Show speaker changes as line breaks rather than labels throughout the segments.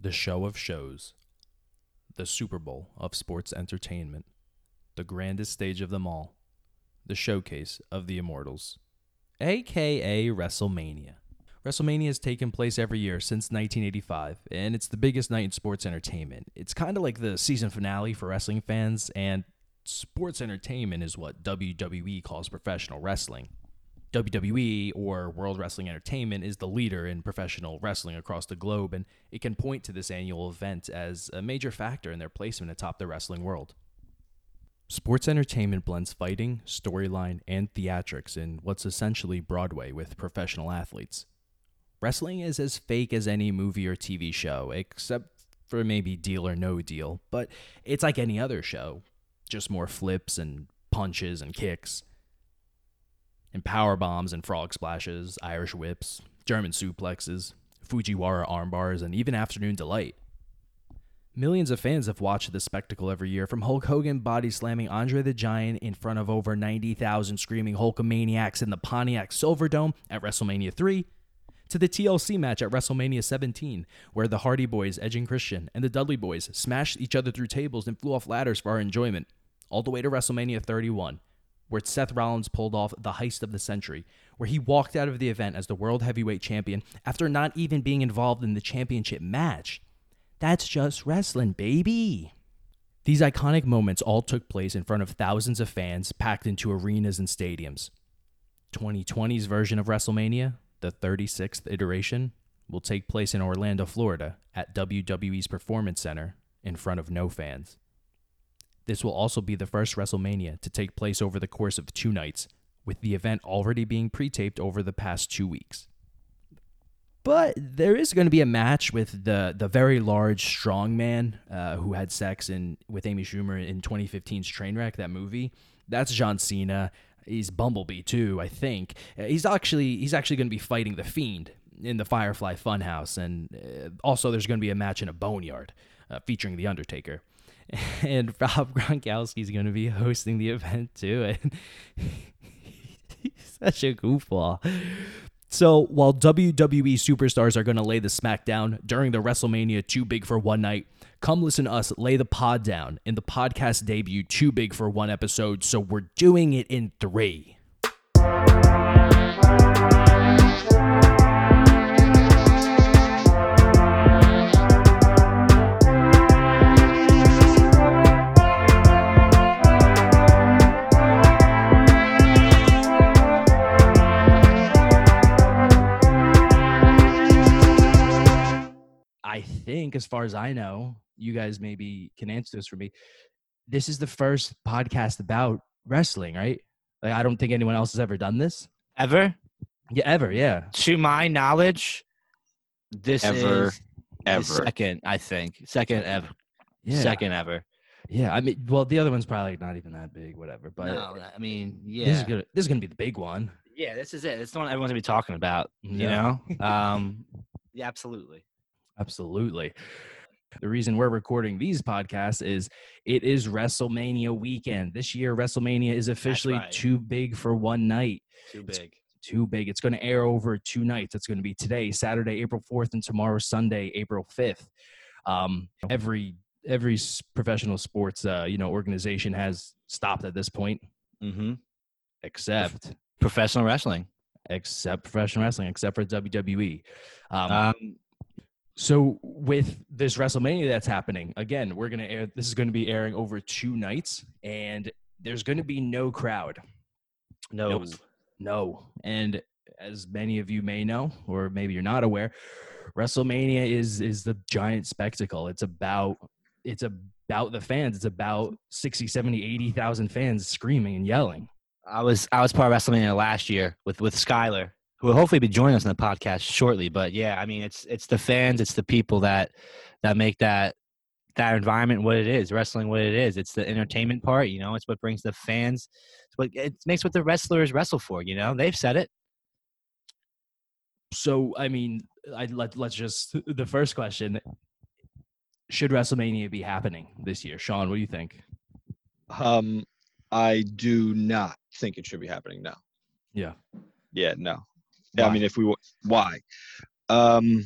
The show of shows. The Super Bowl of sports entertainment. The grandest stage of them all. The showcase of the immortals. AKA WrestleMania. WrestleMania has taken place every year since 1985, and it's the biggest night in sports entertainment. It's kind of like the season finale for wrestling fans, and sports entertainment is what WWE calls professional wrestling. WWE E or World Wrestling Entertainment is the leader in professional wrestling across the globe, and it can point to this annual event as a major factor in their placement atop the wrestling world. Sports entertainment blends fighting, storyline, and theatrics in what's essentially Broadway with professional athletes. Wrestling is as fake as any movie or TV show, except for maybe Deal or No Deal, but it's like any other show, just more flips and punches and kicks and power bombs and frog splashes, Irish whips, German suplexes, Fujiwara armbars, and even afternoon delight. Millions of fans have watched this spectacle every year, from Hulk Hogan body slamming Andre the Giant in front of over 90,000 screaming Hulkamaniacs in the Pontiac Silverdome at WrestleMania 3, to the TLC match at WrestleMania 17, where the Hardy Boys, Edge and Christian, and the Dudley Boys smashed each other through tables and flew off ladders for our enjoyment, all the way to WrestleMania 31, where Seth Rollins pulled off the heist of the century, where he walked out of the event as the world heavyweight champion after not even being involved in the championship match. That's just wrestling, baby. These iconic moments all took place in front of thousands of fans packed into arenas and stadiums. 2020's version of WrestleMania, the 36th iteration, will take place in Orlando, Florida at WWE's Performance Center in front of no fans. This will also be the first WrestleMania to take place over the course of two nights, with the event already being pre taped over the past two weeks. But there is going to be a match with the, the very large strongman uh, who had sex in, with Amy Schumer in 2015's Trainwreck, that movie. That's John Cena. He's Bumblebee too, I think. Uh, He's actually he's actually going to be fighting the Fiend in the Firefly Funhouse, and uh, also there's going to be a match in a boneyard uh, featuring the Undertaker and Rob Gronkowski's going to be hosting the event too. And he's such a goofball. So while WWE superstars are going to lay the smack down during the WrestleMania Too Big for One night, come listen to us lay the pod down in the podcast debut Too Big for One episode. So we're doing it in three. I think, as far as I know, you guys maybe can answer this for me. This is the first podcast about wrestling, right? Like, I don't think anyone else has ever done this.
Ever?
Yeah, ever. Yeah.
To my knowledge, this
Ever,
is the
ever.
second, I think. Second ever.
Yeah.
Second ever.
Yeah. I mean, well, the other one's probably not even that big, whatever. But
no, I mean, yeah.
this is gonna this is gonna be the big one.
Yeah, this is it. It's the one everyone's gonna be talking about.
Yeah.
You know? Um yeah, absolutely.
Absolutely. The reason we're recording these podcasts is it is WrestleMania weekend. This year, WrestleMania is officially
right.
too big for one night.
Too
It's-
big.
Too big. It's going to air over two nights. It's going to be today, Saturday, April 4th, and tomorrow, Sunday, April 5th. Um, every every s- professional sports uh, you know organization has stopped at this point,
Mm-hmm.
except
Professional wrestling.
except professional wrestling, except for WWE. Um,
Um
So with this WrestleMania that's happening, again, we're gonna air. This is gonna be airing over two nights, and there's gonna be no crowd.
no.
Nope. No, and as many of you may know, or maybe you're not aware, WrestleMania is is the giant spectacle. It's about it's about the fans. It's about 60, 70, 80,000 fans screaming and yelling.
I was I was part of WrestleMania last year with with Skyler, who will hopefully be joining us on the podcast shortly. But yeah, I mean it's it's the fans, it's the people that that make that that environment what it is, wrestling what it is. It's the entertainment part, you know. It's what brings the fans. It's what it makes what the wrestlers wrestle for. You know, they've said it.
So I mean, I let let's just the first question: Should WrestleMania be happening this year, Sean? What do you think?
Um, I do not think it should be happening now.
Yeah.
Yeah, no. Yeah, I
Why?
mean, if we wa- why? Um,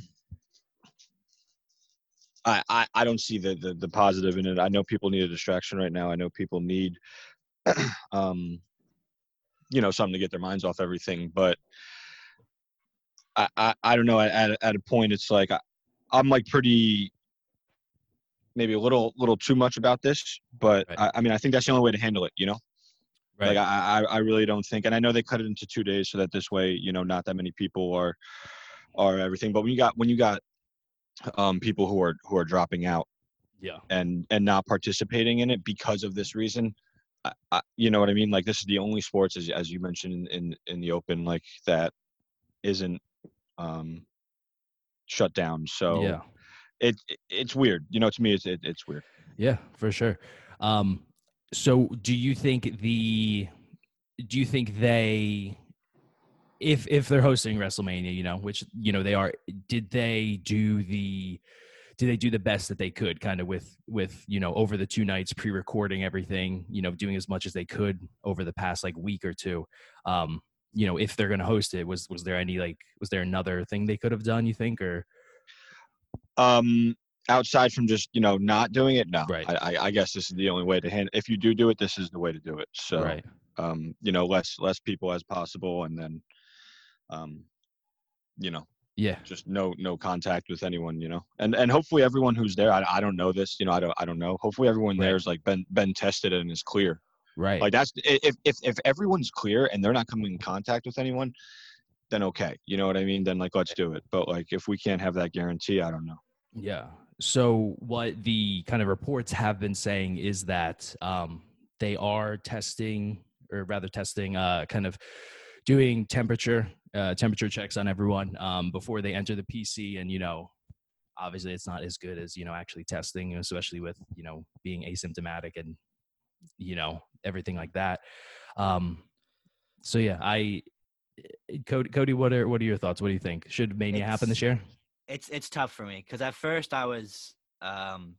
I, I, I don't see the, the the positive in it. I know people need a distraction right now. I know people need, um, you know, something to get their minds off everything. But I, I, I don't know. At, at a- at a point, it's like I, I'm like pretty, maybe a little little too much about this. But
Right.
I, I mean, I think that's the only way to handle it. You know. Like I, I, I really don't think, and I know they cut it into two days so that this way, you know, not that many people are, are everything. But when you got when you got, um, people who are who are dropping out
yeah.
and and not participating in it because of this reason, I, I, you know what I mean? Like this is the only sports, as as you mentioned in in, in the open, like that isn't, um, shut down. So
Yeah.
it, it it's weird. You know, to me, it's it, it's weird.
Yeah, for sure. Um, so do you think the do you think they if if they're hosting WrestleMania, you know, which you know they are, did they do the did they do the best that they could kind of with with you know over the two nights pre-recording everything, you know, doing as much as they could over the past like week or two. Um, you know, if they're going to host it, was was there any like was there another thing they could have done, you think or
um outside from just you know not doing it no
Right.
I, I i guess this is the only way to handle if you do do it this is the way to do it so
right.
um you know less less people as possible and then um you know
Yeah.
just no no contact with anyone you know and and hopefully everyone who's there i, I don't know this you know i don't i don't know hopefully everyone
Right.
there's like been been tested and is clear
Right.
like that's i- if if if everyone's clear and they're not coming in contact with anyone then okay you know what i mean then like let's do it but like if we can't have that guarantee i don't know
Yeah. So what the kind of reports have been saying is that um, they are testing, or rather testing, uh, kind of doing temperature uh, temperature checks on everyone um, before they enter the PC, and you know, obviously it's not as good as you know actually testing, especially with you know being asymptomatic and you know everything like that. Um, so yeah, I. eh, Cody, Cody, what are what are your thoughts? What do you think? Should Mania happen
It's-
this year?
it's it's tough for me because at first I was um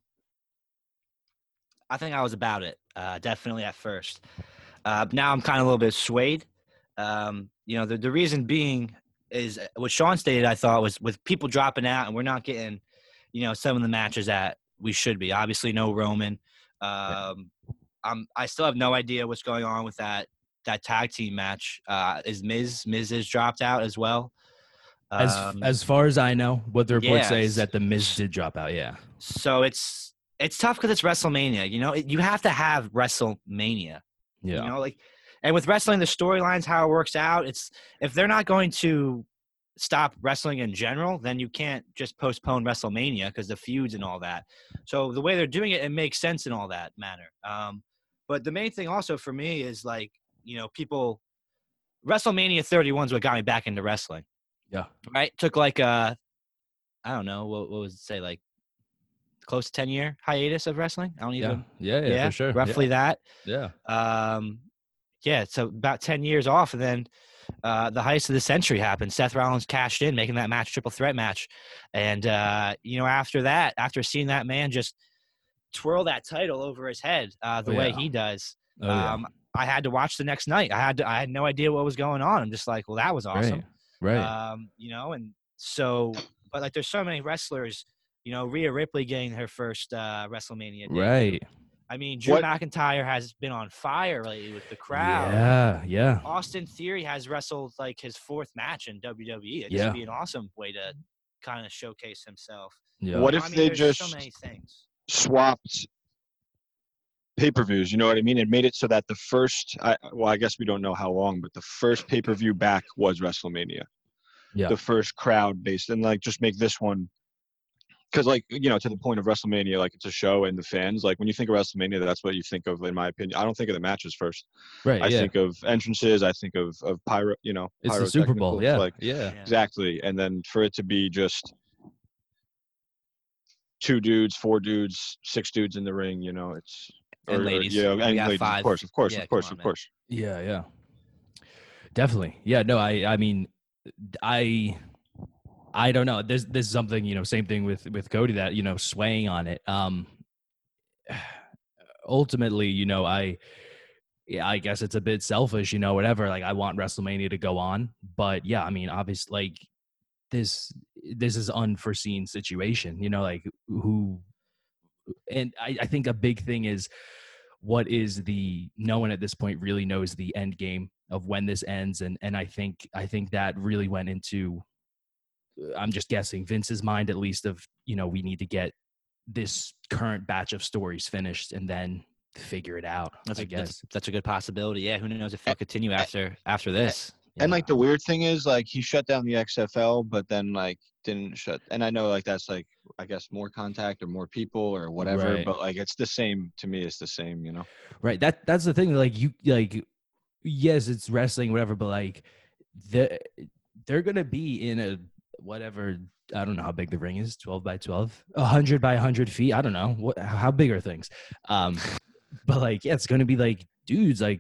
I think I was about it uh definitely at first uh but now I'm kind of a little bit swayed um you know the the reason being is uh, what Sean stated I thought was with people dropping out and we're not getting you know some of the matches that we should be obviously no Roman um I'm I still have no idea what's going on with that that tag team match uh is Miz Miz is dropped out as well
As
Um,
as far as I know, what the reports say is
yes.
that the Miz did drop out. Yeah,
So it's it's tough because it's WrestleMania. You know, It- you have to have WrestleMania.
yeah,
You know, like and with wrestling, the storylines, how it works out. It's if they're not going to stop wrestling in general, then you can't just postpone WrestleMania because the feuds and all that. So the way they're doing it, it makes sense in all that manner. Um, but the main thing also for me is like you know people. WrestleMania 31 is what got me back into wrestling
yeah,
right? Took like a, I don't know, what, what was it say, like close to 10 year hiatus of wrestling? I don't
yeah,
even,
yeah, yeah, for sure. Yeah,
Roughly
yeah,
that. Um, yeah, so about 10 years off. And then uh, the heist of the century happened. Seth Rollins cashed in, making that match a triple threat match. And, uh, you know, after that, after seeing that man just twirl that title over his head uh, the
Oh,
way
yeah.
he does,
Oh, yeah.
um, I had to watch the next night. I had to, I had no idea what was going on. I'm just like, well, that was awesome
right, right,
um, you know, and so, but like, there's so many wrestlers, you know, Rhea Ripley getting her first uh, WrestleMania. debut.
right.
I mean, Drew
What-
McIntyre has been on fire lately with the crowd.
Yeah, yeah,
Austin Theory has wrestled like his fourth match in WWE. It'd
Yeah.
just be an awesome way to kind of showcase himself.
yeah.
What
I
if
mean,
they
there's
just-
so many things?
swapped pay-per-views you know what i mean and made it so that the first I, well i guess we don't know how long but the first pay-per-view back was wrestlemania
Yeah.
the first crowd based and like just make this one because like you know to the point of wrestlemania like it's a show and the fans like when you think of wrestlemania that's what you think of in my opinion i don't think of the matches first
right?
i
yeah,
think of entrances i think of of pyro you know
it's the Super Bowl.
pyrotechnicals,
Yeah,
like
yeah,
Exactly. And then for it to be just two dudes, four dudes, six dudes in the ring, you know, it's
And ladies.
you know,
We
and
got
ladies,
five.
of course, of course,
Yeah,
of course,
come on,
of
man.
course.
yeah, yeah. Definitely. Yeah. No, I. I mean, I. I don't know. There's there's something you know. Same thing with with Cody that you know swaying on it. Um. Ultimately, you know, I. yeah, I guess it's a bit selfish, you know, whatever. Like I want WrestleMania to go on, but yeah, I mean, obviously, like this this is unforeseen situation you know like who and I, I think a big thing is what is the no one at this point really knows the end game of when this ends and and i think i think that really went into i'm just guessing vince's mind at least of you know we need to get this current batch of stories finished and then figure it out
That's
i
a,
guess
that's, that's a good possibility. Yeah, who knows if it'll continue after after this.
And like the weird thing is, like he shut down the XFL, but then like didn't shut. And I know like that's like I guess more contact or more people or whatever.
Right.
But like it's the same to me. It's the same, you know.
Right. That that's the thing. Like you like yes, it's wrestling, whatever, but like the they're gonna be in a whatever I don't know how big the ring is, twelve by twelve, hundred by hundred feet. I don't know. What how big are things? Um but like yeah, it's gonna be like dudes like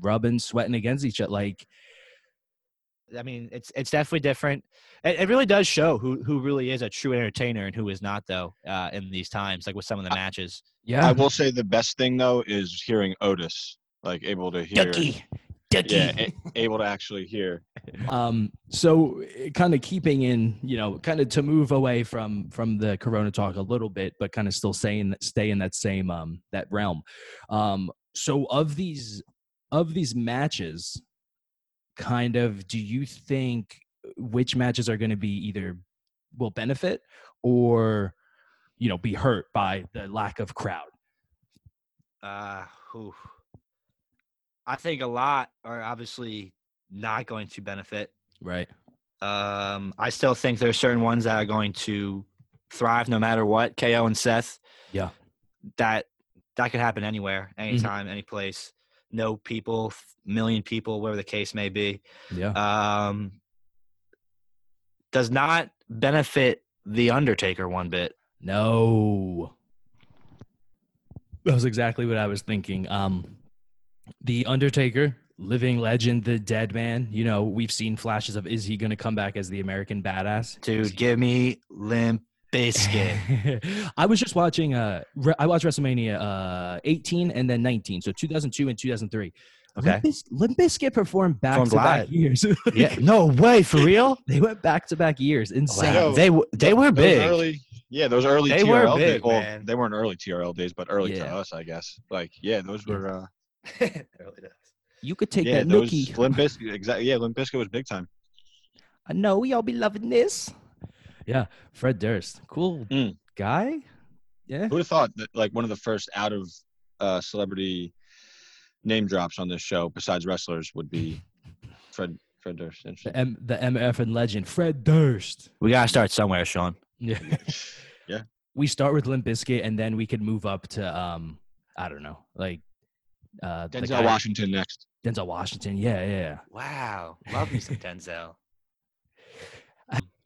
rubbing, sweating against each other. Like
I mean, it's it's definitely different. It, it really does show who who really is a true entertainer and who is not though uh, in these times. Like with some of the
I-
matches.
yeah.
I will say the best thing though is hearing Otis, like able to hear,
Ducky.
yeah, a- able to actually hear.
Um, so kind of keeping in, you know, kind of to move away from from the corona talk a little bit, but kind of still saying stay in that same um that realm. Um, so of these of these matches, kind of do you think which matches are going to be either will benefit or you know be hurt by the lack of crowd?
Uh, whew. I think a lot are obviously not going to benefit.
Right.
Um, I still think there are certain ones that are going to thrive no matter what. KO and Seth.
Yeah.
That that could happen anywhere, anytime, any place. No people, f- million people, whatever the case may be.
Yeah.
um, does not benefit the Undertaker one bit.
No. That was exactly what I was thinking. Um The Undertaker, living legend, the dead man. You know, we've seen flashes of is he gonna come back as the American badass? Is
Dude,
he-
give me Limp Biscuit.
I was just watching uh re- I watched WrestleMania uh 18 and then 19, so 2002 and 2003.
Okay.
Limp, Biz- Limp Bizkit performed back
Performed
to back
live.
years.
yeah, no way, for real.
they went back to back years. Insane.
Wow.
Yo,
They w- they were
Those
big.
early, yeah, those early
They were
TRL days.
big,
Well,
man.
they weren't early TRL days, but early to
Yeah.
us, I guess. Like yeah, those were. Uh,
It really does.
You could take
yeah,
that
those
nookie.
Limp Bizkit, exactly. Yeah, Limp Bizkit was big time.
I know y'all be loving this. Yeah, Fred Durst, cool
Mm.
guy. Yeah,
Who'd have thought that like one of the first out of uh, celebrity name drops on this show besides wrestlers would be Fred Fred Durst. Interesting.
the M, the MF and legend, Fred Durst.
We gotta start somewhere, Sean.
Yeah,
Yeah.
We start with Limp Bizkit, and then we could move up to um, I don't know, like uh, the guy-
Denzel Washington next.
Denzel Washington. Yeah, yeah, yeah.
Wow,
love me some
Denzel.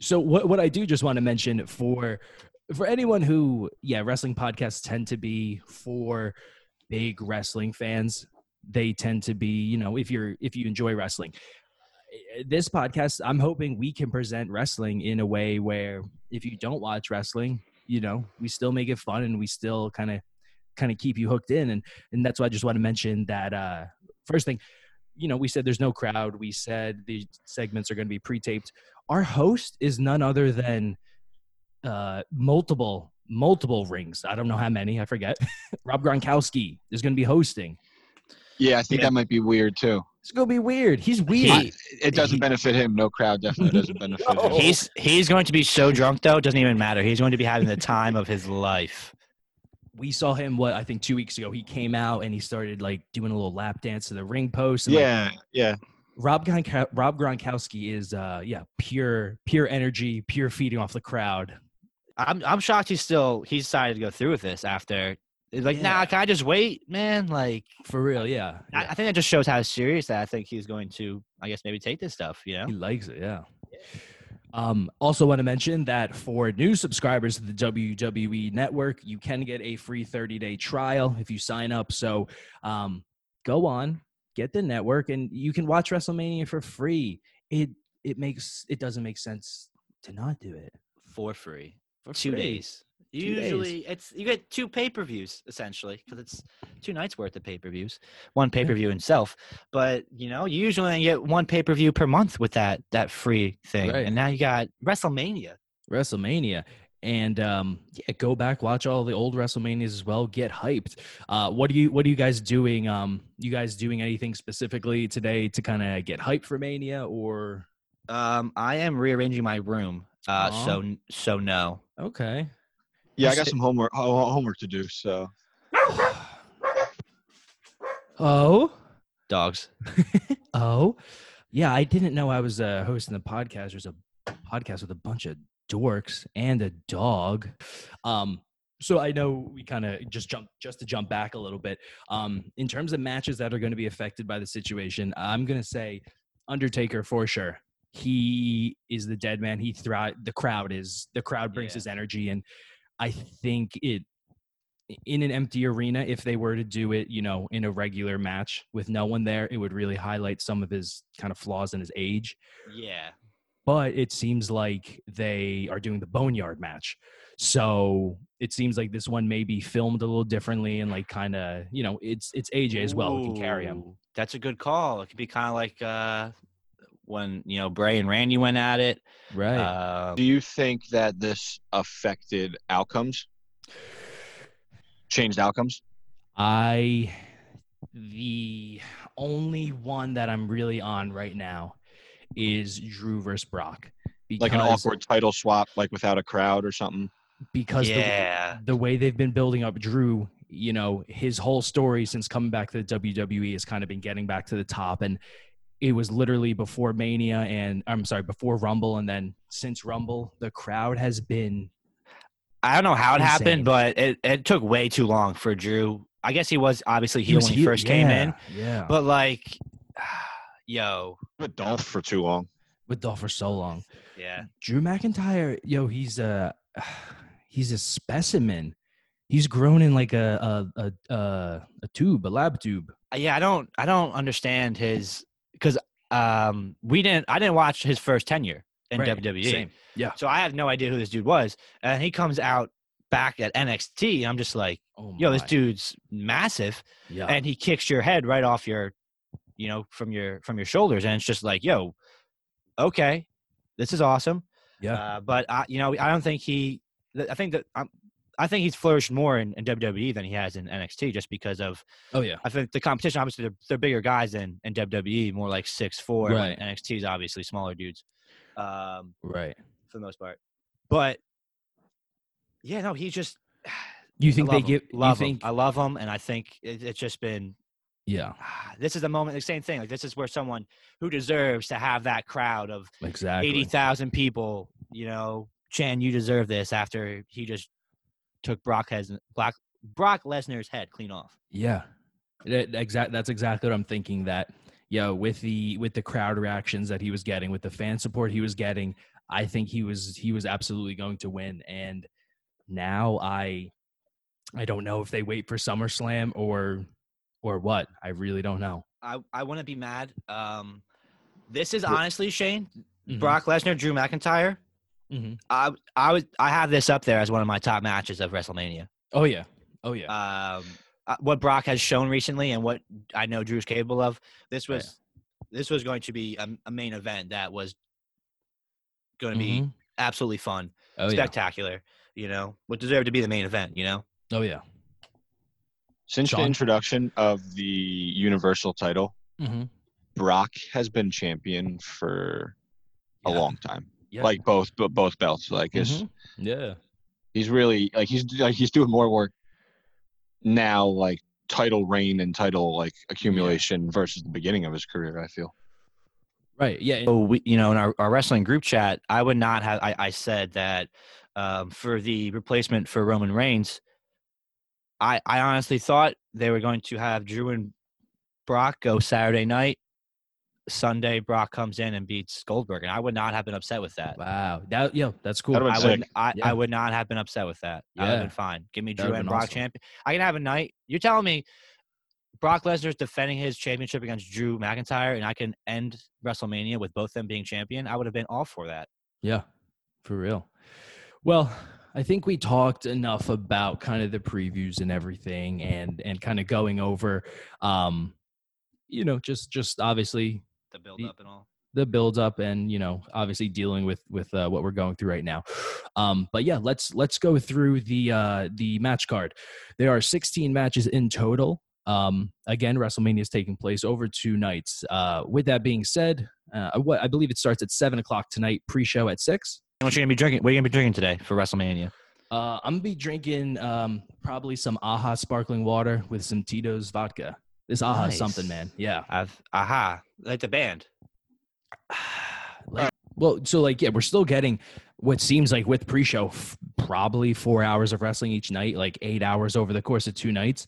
So what what I do just want to mention for for anyone who yeah, wrestling podcasts tend to be for big wrestling fans. They tend to be, you know, if you're if you enjoy wrestling. Eh, This podcast, I'm hoping we can present wrestling in a way where if you don't watch wrestling, you know, we still make it fun and we still kind of kind of keep you hooked in and and that's why I just want to mention that uh first thing, you know, we said there's no crowd. We said the segments are going to be pre-taped our host is none other than uh, multiple multiple rings. I don't know how many. I forget. Rob Gronkowski is going to be hosting.
Yeah, I think
Yeah.
that might be weird too.
It's going to be weird. He's weird.
I- it doesn't benefit him. No crowd definitely doesn't benefit him.
He's he's going to be so drunk though. It doesn't even matter. He's going to be having the time of his life.
we saw him what I think two weeks ago. He came out and he started like doing a little lap dance to the ring post. And, like,
yeah, yeah.
Rob Gronk- Rob Gronkowski is uh, yeah pure pure energy, pure feeding off the crowd.
I'm I'm shocked he's still he's decided to go through with this after. It's Like,
Yeah.
nah, can I just wait, man? Like,
For real, yeah.
I,
Yeah.
I think that just shows how serious that I think he's going to, I guess, maybe take this stuff. You know,
He likes it, yeah. Um, also, want to mention that for new subscribers to the WWE Network, you can get a free 30 day trial if you sign up. So um, go on, get the network, and you can watch WrestleMania for free. It it makes it doesn't make sense to not do it
for free,
for
two
free.
days.
Two days.
Usually, it's you get two pay per views essentially because it's two nights worth of pay per views, one pay per view itself. But you know, you usually only get one pay per view per month with that that free thing,
Right.
and now you got WrestleMania.
WrestleMania. And um, yeah, go back, watch all the old WrestleManias as well. Get hyped. Uh, what do you What are you guys doing? Um, you guys doing anything specifically today to kind of get hyped for Mania? Or
Um, I am rearranging my room. Uh,
Aw.
so n- so no.
okay,
Yeah, I
Let's
got
hit-
some homework ho- homework to do. So
oh,
Dogs.
oh, yeah. I didn't know I was uh, hosting the podcast. There's a podcast with a bunch of dorks and a dog. Um, so I know we kind of just jump just to jump back a little bit. Um, in terms of matches that are going to be affected by the situation, I'm going to say Undertaker for sure. He is the dead man. He thrive. The crowd is the crowd brings
Yeah.
his energy, and I think it in an empty arena. If they were to do it, you know, in a regular match with no one there, it would really highlight some of his kind of flaws and his age
Yeah.
but it seems like they are doing the boneyard match so it seems like this one may be filmed a little differently and like kind of you know it's it's aj as well who can carry him
Ooh, That's a good call. It could be kind of like uh, when you know Bray and Randy went at it.
right
Uh,
do you think that this affected outcomes? Changed outcomes?
i the only one that i'm really on right now is drew versus brock because
Like an awkward title swap, like without a crowd or something?
because the,
yeah.
the way they've been building up Drew, you know, his whole story since coming back to the WWE has kind of been getting back to the top. And it was literally before Mania and I'm sorry, before Rumble. And then since Rumble, the crowd has been
I don't know how it
Insane.
happened, but it, it took way too long for Drew. I guess he was obviously heel
was
when he
heel-
first came
yeah,
in,
Yeah.
but like, yo,
But don't for too long.
With Dolph for so long.
yeah,
Drew McIntyre, yo, he's a he's a specimen. He's grown in like a a a, a, a tube, a lab tube.
Uh, yeah. I don't, I don't understand his because um we didn't, I didn't watch his first tenure in E.
Right,
WWE,
same. Yeah.
so I have no idea who this dude was, and he comes out back at NXT, and I'm just like,
Oh
yo, this
my.
dude's massive,
Yeah.
and he kicks your head right off your you know from your from your shoulders and it's just like yo okay this is awesome
yeah.
uh, but I, you know i don't think he th- i think that i i think he's flourished more in, in wwe than he has in nxt just because of
oh yeah.
i think the competition obviously they're, they're bigger guys in, in wwe more like six four
Right.
nxt is obviously smaller dudes um
Right.
for the most part but yeah no he just
You
I
think they
love him.
give
love
you
him.
think
i love him and i think it, it's just been
yeah.
ah, this is the moment the same thing like this is where someone who deserves to have that crowd of
Exactly.
80,000 people you know Chan you deserve this after he just took Brock has Brock, Brock Lesnar's head clean off
Yeah, that, exact. That's exactly what I'm thinking. That yeah, with the with the crowd reactions that he was getting, with the fan support he was getting, I think he was he was absolutely going to win. And now I, I don't know if they wait for SummerSlam or or what. I really don't know.
I I wouldn't be mad um this is
Well-
honestly Shane
Mhm.
Brock Lesnar Drew McIntyre
Mhm.
I I was I have this up there as one of my top matches of WrestleMania
Oh yeah. Oh yeah.
um, uh, what Brock has shown recently and what I know Drew's capable of. This
Oh, yeah.
was this was going to be um, a, a main event that was going to be
Mhm.
absolutely fun,
Oh yeah.
spectacular. You know, what deserved to be the main event. You know,
Oh yeah.
Since
Sean?
the introduction of the Universal title,
Mm-hmm.
Brock has been champion for a
Yeah.
long time.
Yeah.
Like both bo- both belts. Like it's
Mhm. Yeah.
he's really like he's like he's doing more work now like title reign and title like accumulation versus the beginning of his career i feel
Right. Yeah. and-
so Oh, we, you know, in our, our wrestling group chat, I would not have. I, I said that um, for the replacement for Roman Reigns, I I honestly thought they were going to have Drew and Brock go Saturday night. Sunday, Brock comes in and beats Goldberg, and I would not have been upset with that.
Wow. That yeah. That's cool.
That'd have
I
been
would,
sick.
I,
Yeah.
I would not have been upset with that. I would have
Yeah.
been fine. Give me
That
Drew
would've
and
been
Brock
awesome.
champion. I can have a night. You're telling me Brock Lesnar's defending his championship against Drew McIntyre, and I can end WrestleMania with both them being champion. I would have been all for that.
Yeah, for real. Well, I think we talked enough about kind of the previews and everything, and and kind of going over, um, you know, just just obviously
The build up and all.
the build up and you know obviously dealing with with uh, what we're going through right now um but yeah let's let's go through the uh the match card there are 16 matches in total um again wrestlemania is taking place over two nights uh with that being said uh what i believe it starts at seven o'clock tonight pre-show at six
What you gonna be drinking? What are you gonna be drinking today for WrestleMania?
uh i'm gonna be drinking um probably some aha sparkling water with some tito's vodka this aha is something
Nice.
man yeah
I've aha, like the band.
like, well, so like, yeah, we're still getting what seems like with pre-show f- probably four hours of wrestling each night, like eight hours over the course of two nights.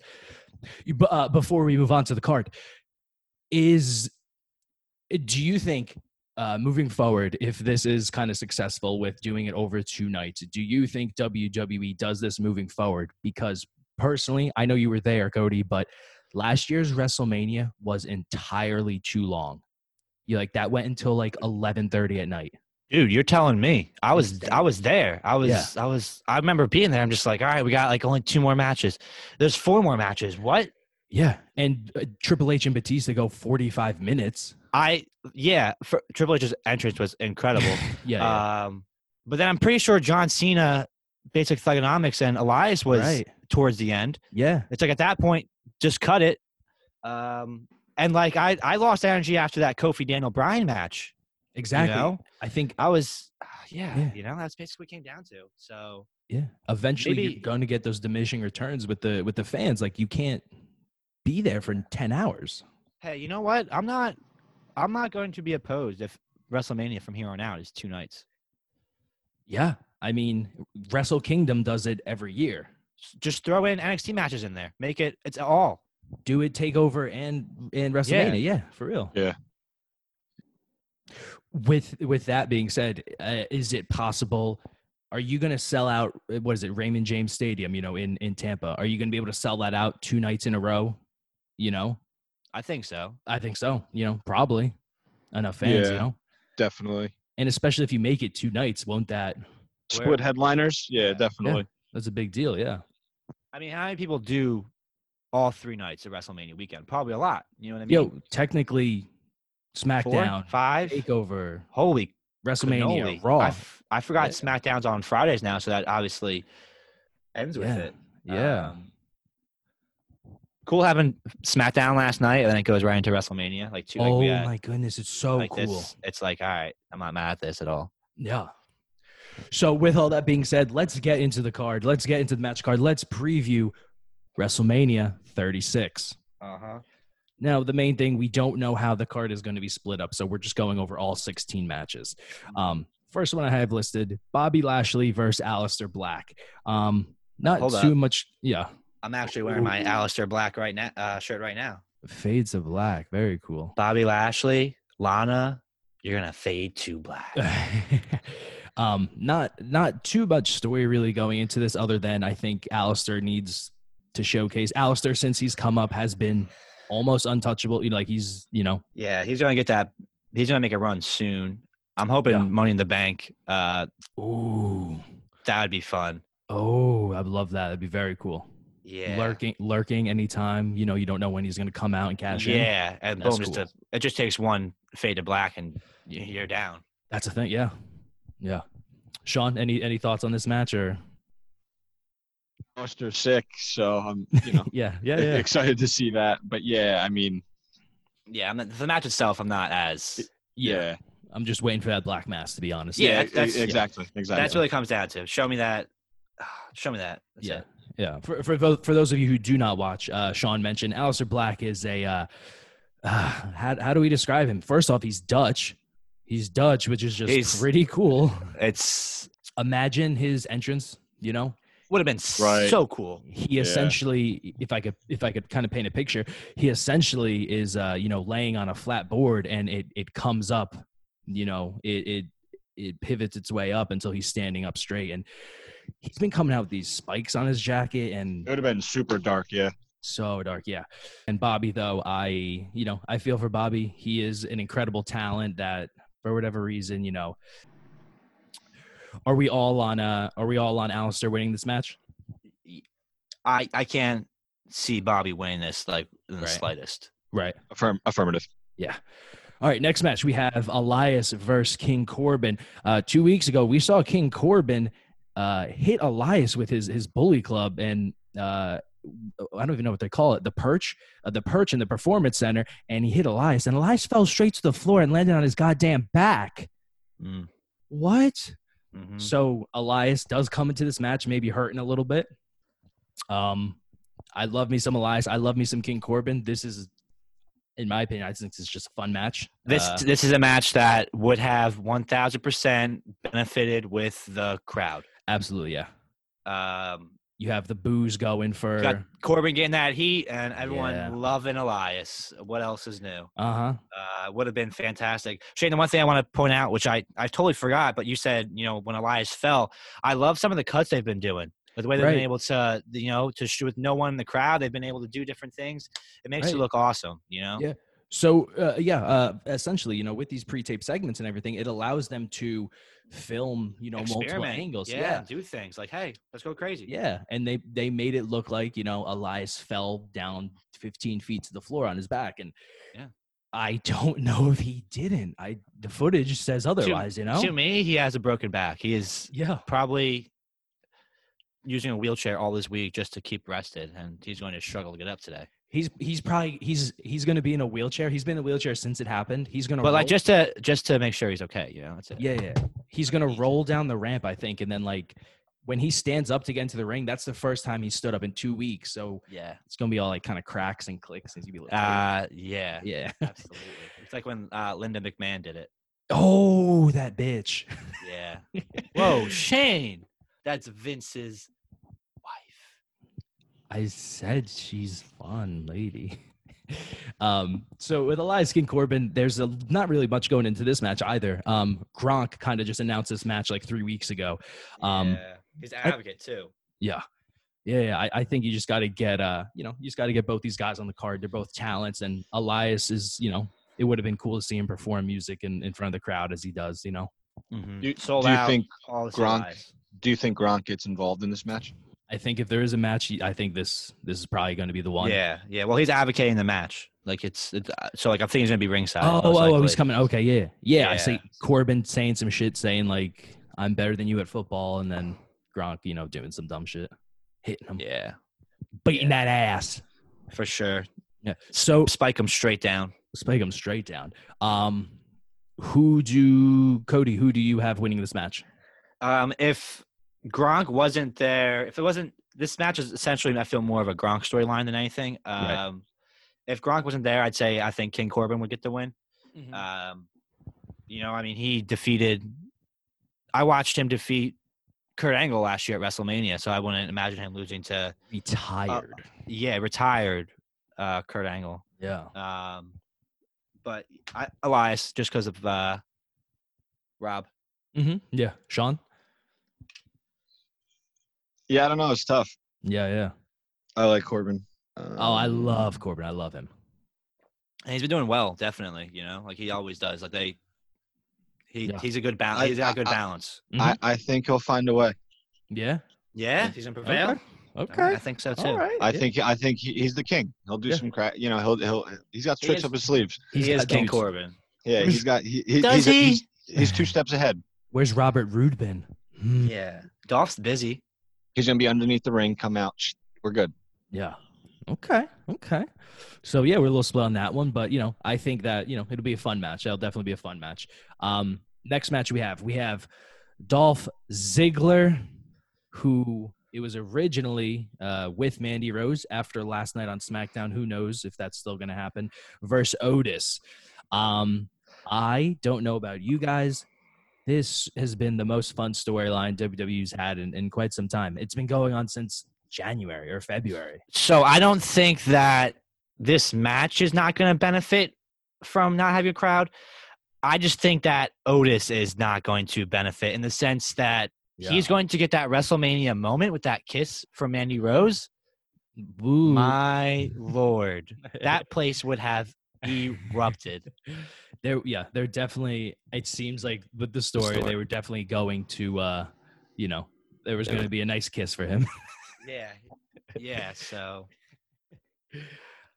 You- bu- Uh, before we move on to the card, is eh, do you think uh, moving forward, if this is kind of successful with doing it over two nights, do you think WWE does this moving forward? Because personally, I know you were there, Cody, but last year's WrestleMania was entirely too long. You like that went until like eleven thirty at night.
Dude, you're telling me. I was I was there. I was
Yeah.
I was I remember being there. I'm just like, all right, we got like only two more matches. There's four more matches. What?
Yeah, and uh, Triple H and Batista go forty five minutes.
I yeah, for, Triple H's entrance was incredible.
Yeah, yeah.
Um, but then I'm pretty sure John Cena, Basic Thugonomics, and Elias was
right.
towards the end.
Yeah,
It's like at that point, just cut it. Um, and like I, I lost energy after that Kofi Daniel Bryan match.
exactly.
You know,
I think
I was, ah, yeah,
Yeah.
you know, that's basically what it came down to. So
yeah. Eventually,
Maybe-
you're going to get those diminishing returns with the with the fans. Like you can't be there for ten hours.
hey, you know what? I'm not, I'm not going to be opposed if WrestleMania from here on out is two nights.
Yeah, I mean, Wrestle Kingdom does it every year.
S- Just throw in NXT matches in there. Make it, it's all.
Do it Takeover and and WrestleMania. Yeah, for real.
Yeah.
With with that being said, uh, is it possible? Are you going to sell out? uh, What is it, Raymond James Stadium? You know, in in Tampa, are you going to be able to sell that out two nights in a row? You know,
I think so.
I think so. You know, probably enough fans. You
Yeah.
know,
Definitely.
and especially if you make it two nights, won't that?
Where-
Split headliners?
Yeah.
Yeah, definitely.
That's a big deal. Yeah.
I mean, how many people do all three nights of WrestleMania weekend? Probably a lot. You know what I mean?
Yo, technically,
Four,
SmackDown,
five.
Takeover,
Holy
WrestleMania,
cannoli.
Raw.
I, f- I forgot
Yeah.
SmackDown's on Fridays now, so that obviously ends with
Yeah.
it.
yeah.
Um, cool having SmackDown last night, and then it goes right into WrestleMania. Like two. like
oh
we had,
my goodness, it's so
like
cool.
This, it's like, all right, I'm not mad at this at all.
Yeah. So, with all that being said, let's get into the card. Let's get into the match card. Let's preview WrestleMania 36.
Uh huh.
Now, the main thing, we don't know how the card is going to be split up. So, we're just going over all 16 matches.
Mm-hmm.
Um, first one I have listed Bobby Lashley versus Aleister Black. Um, not
Hold
too
up.
much. Yeah.
I'm actually wearing my Alistair Black right now uh, shirt right now.
Fades of Black. Very cool.
Bobby Lashley, Lana, you're gonna fade to black.
um, not not too much story really going into this, other than I think Alistair needs to showcase. Alistair, since he's come up, has been almost untouchable. You know, like he's you know
Yeah, he's gonna get that. He's gonna make a run soon. I'm hoping
Yeah.
Money in the Bank. Uh,
ooh
that would be fun.
oh I love that. That'd be very cool.
Yeah.
Lurking lurking anytime. You know, you don't know when he's gonna come out and cash in.
Yeah, and
That's
boom, just
cool.
a, it just takes one fade to black and y- you're down.
That's the thing. Yeah, yeah. Sean, any any thoughts on this match or
Buster sick, so I'm you know
yeah yeah yeah
excited to see that. But yeah, I mean,
Yeah, I'm not, the match itself, I'm not as.
yeah,
I'm just waiting for that black mask to be honest.
Yeah,
yeah,
that's- that's-
e- exactly, exactly.
That's what it comes down to. Show me that. Show me that. That's
yeah,
it.
yeah. For for tho- for those of you who do not watch, uh, Sean mentioned Alistair Black is a uh, uh, how how do we describe him? First off, he's Dutch. He's Dutch, which is just
He's-
pretty cool.
It's
Imagine his entrance. You know,
would have been
Right.
so cool.
he
Yeah.
essentially, if I could, if I could kind of paint a picture, he essentially is, uh, you know, laying on a flat board, and it it comes up. You know, it it it pivots its way up until he's standing up straight, and he's been coming out with these spikes on his jacket and
it would have been super dark. Yeah,
so dark yeah and bobby though i you know i feel for bobby he is an incredible talent that for whatever reason you know Are we all on? Uh, are we all on Alistair winning this match?
I I can't see Bobby winning this like in the
Right.
slightest.
Right.
Affirm, affirmative.
Yeah. All right, next match we have Elias versus King Corbin. Uh, two weeks ago, we saw King Corbin uh, hit Elias with his his bully club, and uh, I don't even know what they call it the perch, uh, the perch in the performance center, and he hit Elias, and Elias fell straight to the floor and landed on his goddamn back.
Mm.
What?
Mhm.
So Elias does come into this match, maybe hurting a little bit. Um, I love me some Elias. I love me some King Corbin. This is, in my opinion, I think this is just a fun match.
This
Uh,
this is a match that would have one thousand percent benefited with the crowd.
absolutely, yeah.
Um,
You have the booze going for
got Corbin getting that heat and everyone
Yeah.
loving Elias. What else is new?
uh huh.
Uh, would have been fantastic. Shane, the one thing I want to point out, which I, I totally forgot, but you said, you know, when Elias fell, I love some of the cuts they've been doing. Like the way they've
Right.
been able to, you know, to shoot with no one in the crowd, they've been able to do different things. It makes
Right.
it look awesome, you know?
Yeah. So uh, yeah, uh, essentially, you know, with these pre-tape segments and everything, it allows them to film, you know, multiple
Experiment.
angles.
Yeah,
yeah.
Do things like, hey, let's go crazy.
Yeah, and they they made it look like you know Elias fell down 15 feet to the floor on his back, and
Yeah.
I don't know if he didn't. I the footage says otherwise. you know,
To me, he has a broken back. He is
yeah,
probably using a wheelchair all this week just to keep rested, and he's going to struggle to get up today.
he's he's probably he's he's going to be in a wheelchair. He's been in a wheelchair since it happened. He's going to
But like just to just to make sure he's okay, you know. That's it.
yeah yeah he's going to roll down the ramp I think, and then like when he stands up to get into the ring, that's the first time he stood up in two weeks. So
Yeah.
it's going to be all like kind of cracks and clicks. And he's going to be like,
Uh, yeah.
yeah,
Absolutely. It's like when uh, Linda McMahon did it.
oh that bitch.
Yeah. Whoa, Shane. That's Vince's wife.
I said she's fun, lady. um, so with Elias King Corbin, there's a, not really much going into this match either. Um, Gronk kind of just announced this match like three weeks ago. Um,
yeah. He's an advocate too.
yeah. Yeah, yeah. I, I think you just got to get, uh, you know, you just got to get both these guys on the card. They're both talents, and Elias is, you know, it would have been cool to see him perform music in, in front of the crowd as he does, you know.
Mm-hmm.
Do- do you think
all the
Gronk-
allies.
Do you think Gronk gets involved in this match?
I think if there is a match, I think this this is probably going to be the one.
Yeah, yeah. Well, he's advocating the match. Like it's, it's uh, so like I think he's gonna be ringside.
Oh,
most
oh, oh, he's
likely.
coming. Okay, yeah, yeah. I
Yeah.
see Corbin saying some shit, saying like I'm better than you at football, and then Gronk, you know, doing some dumb shit, hitting him,
Yeah,
beating that ass.
for sure.
Yeah. So
Spike him straight down.
spike him straight down. Um, who do Cody? Who do you have winning this match?
Um, if Gronk wasn't there, if it wasn't this match is essentially I feel more of a Gronk storyline than anything. Um,
Right.
if Gronk wasn't there, I'd say I think King Corbin would get the win.
Mm-hmm.
Um, you know, I mean, he defeated. I watched him defeat Kurt Angle last year at WrestleMania, so I wouldn't imagine him losing to
Be tired.
yeah retired uh, Kurt Angle.
yeah.
Um, but I, Elias, just because of uh, Rob.
Mm-hmm. Yeah. Sean.
Yeah, I don't know. It's tough.
Yeah, yeah.
I like Corbin.
Oh, I
Um,
love Corbin. I love him.
And he's been doing well, definitely. You know, like he always does. Like they, he
Yeah.
he's a good balance.
I-
He's got a good
I- I-
balance.
I, I think he'll find a way.
Yeah.
Yeah, he's gonna prevail. I,
Okay.
think so too.
All right.
I
yeah.
think I think he, he's the king. He'll do
Yeah.
some crack. You know, he'll he'll he's got
He
tricks
is-
up his sleeves.
He's
he is
got
King
dudes.
Corbin.
Yeah, he's got. He, he,
Does
he's, a-
he?
He's, he's two steps ahead.
Where's Robert Roode been? Hmm.
Mm.
Yeah, Dolph's busy.
He's gonna be underneath the ring. Come out. Shh, We're good.
Yeah. Okay. Okay. So yeah, we're a little split on that one, but you know, I think that you know it'll be a fun match. That'll definitely be a fun match. Um, next match we have we have Dolph Ziggler, who it was originally uh, with Mandy Rose after last night on SmackDown. Who knows if that's still going to happen? Versus Otis. Um, I don't know about you guys. This has been the most fun storyline WWE's had in, in quite some time. It's been going on since January or February.
So I don't think that this match is not going to benefit from not having a crowd. I just think that Otis is not going to benefit in the sense that he's going to get that WrestleMania moment with that kiss from Mandy Rose.
Ooh.
My lord, that place would have erupted.
There, yeah, they're definitely. It seems like with the story,
story.
they were definitely going to, uh, you know, there was
Yeah.
going to be a nice kiss for him.
Yeah. Yeah. So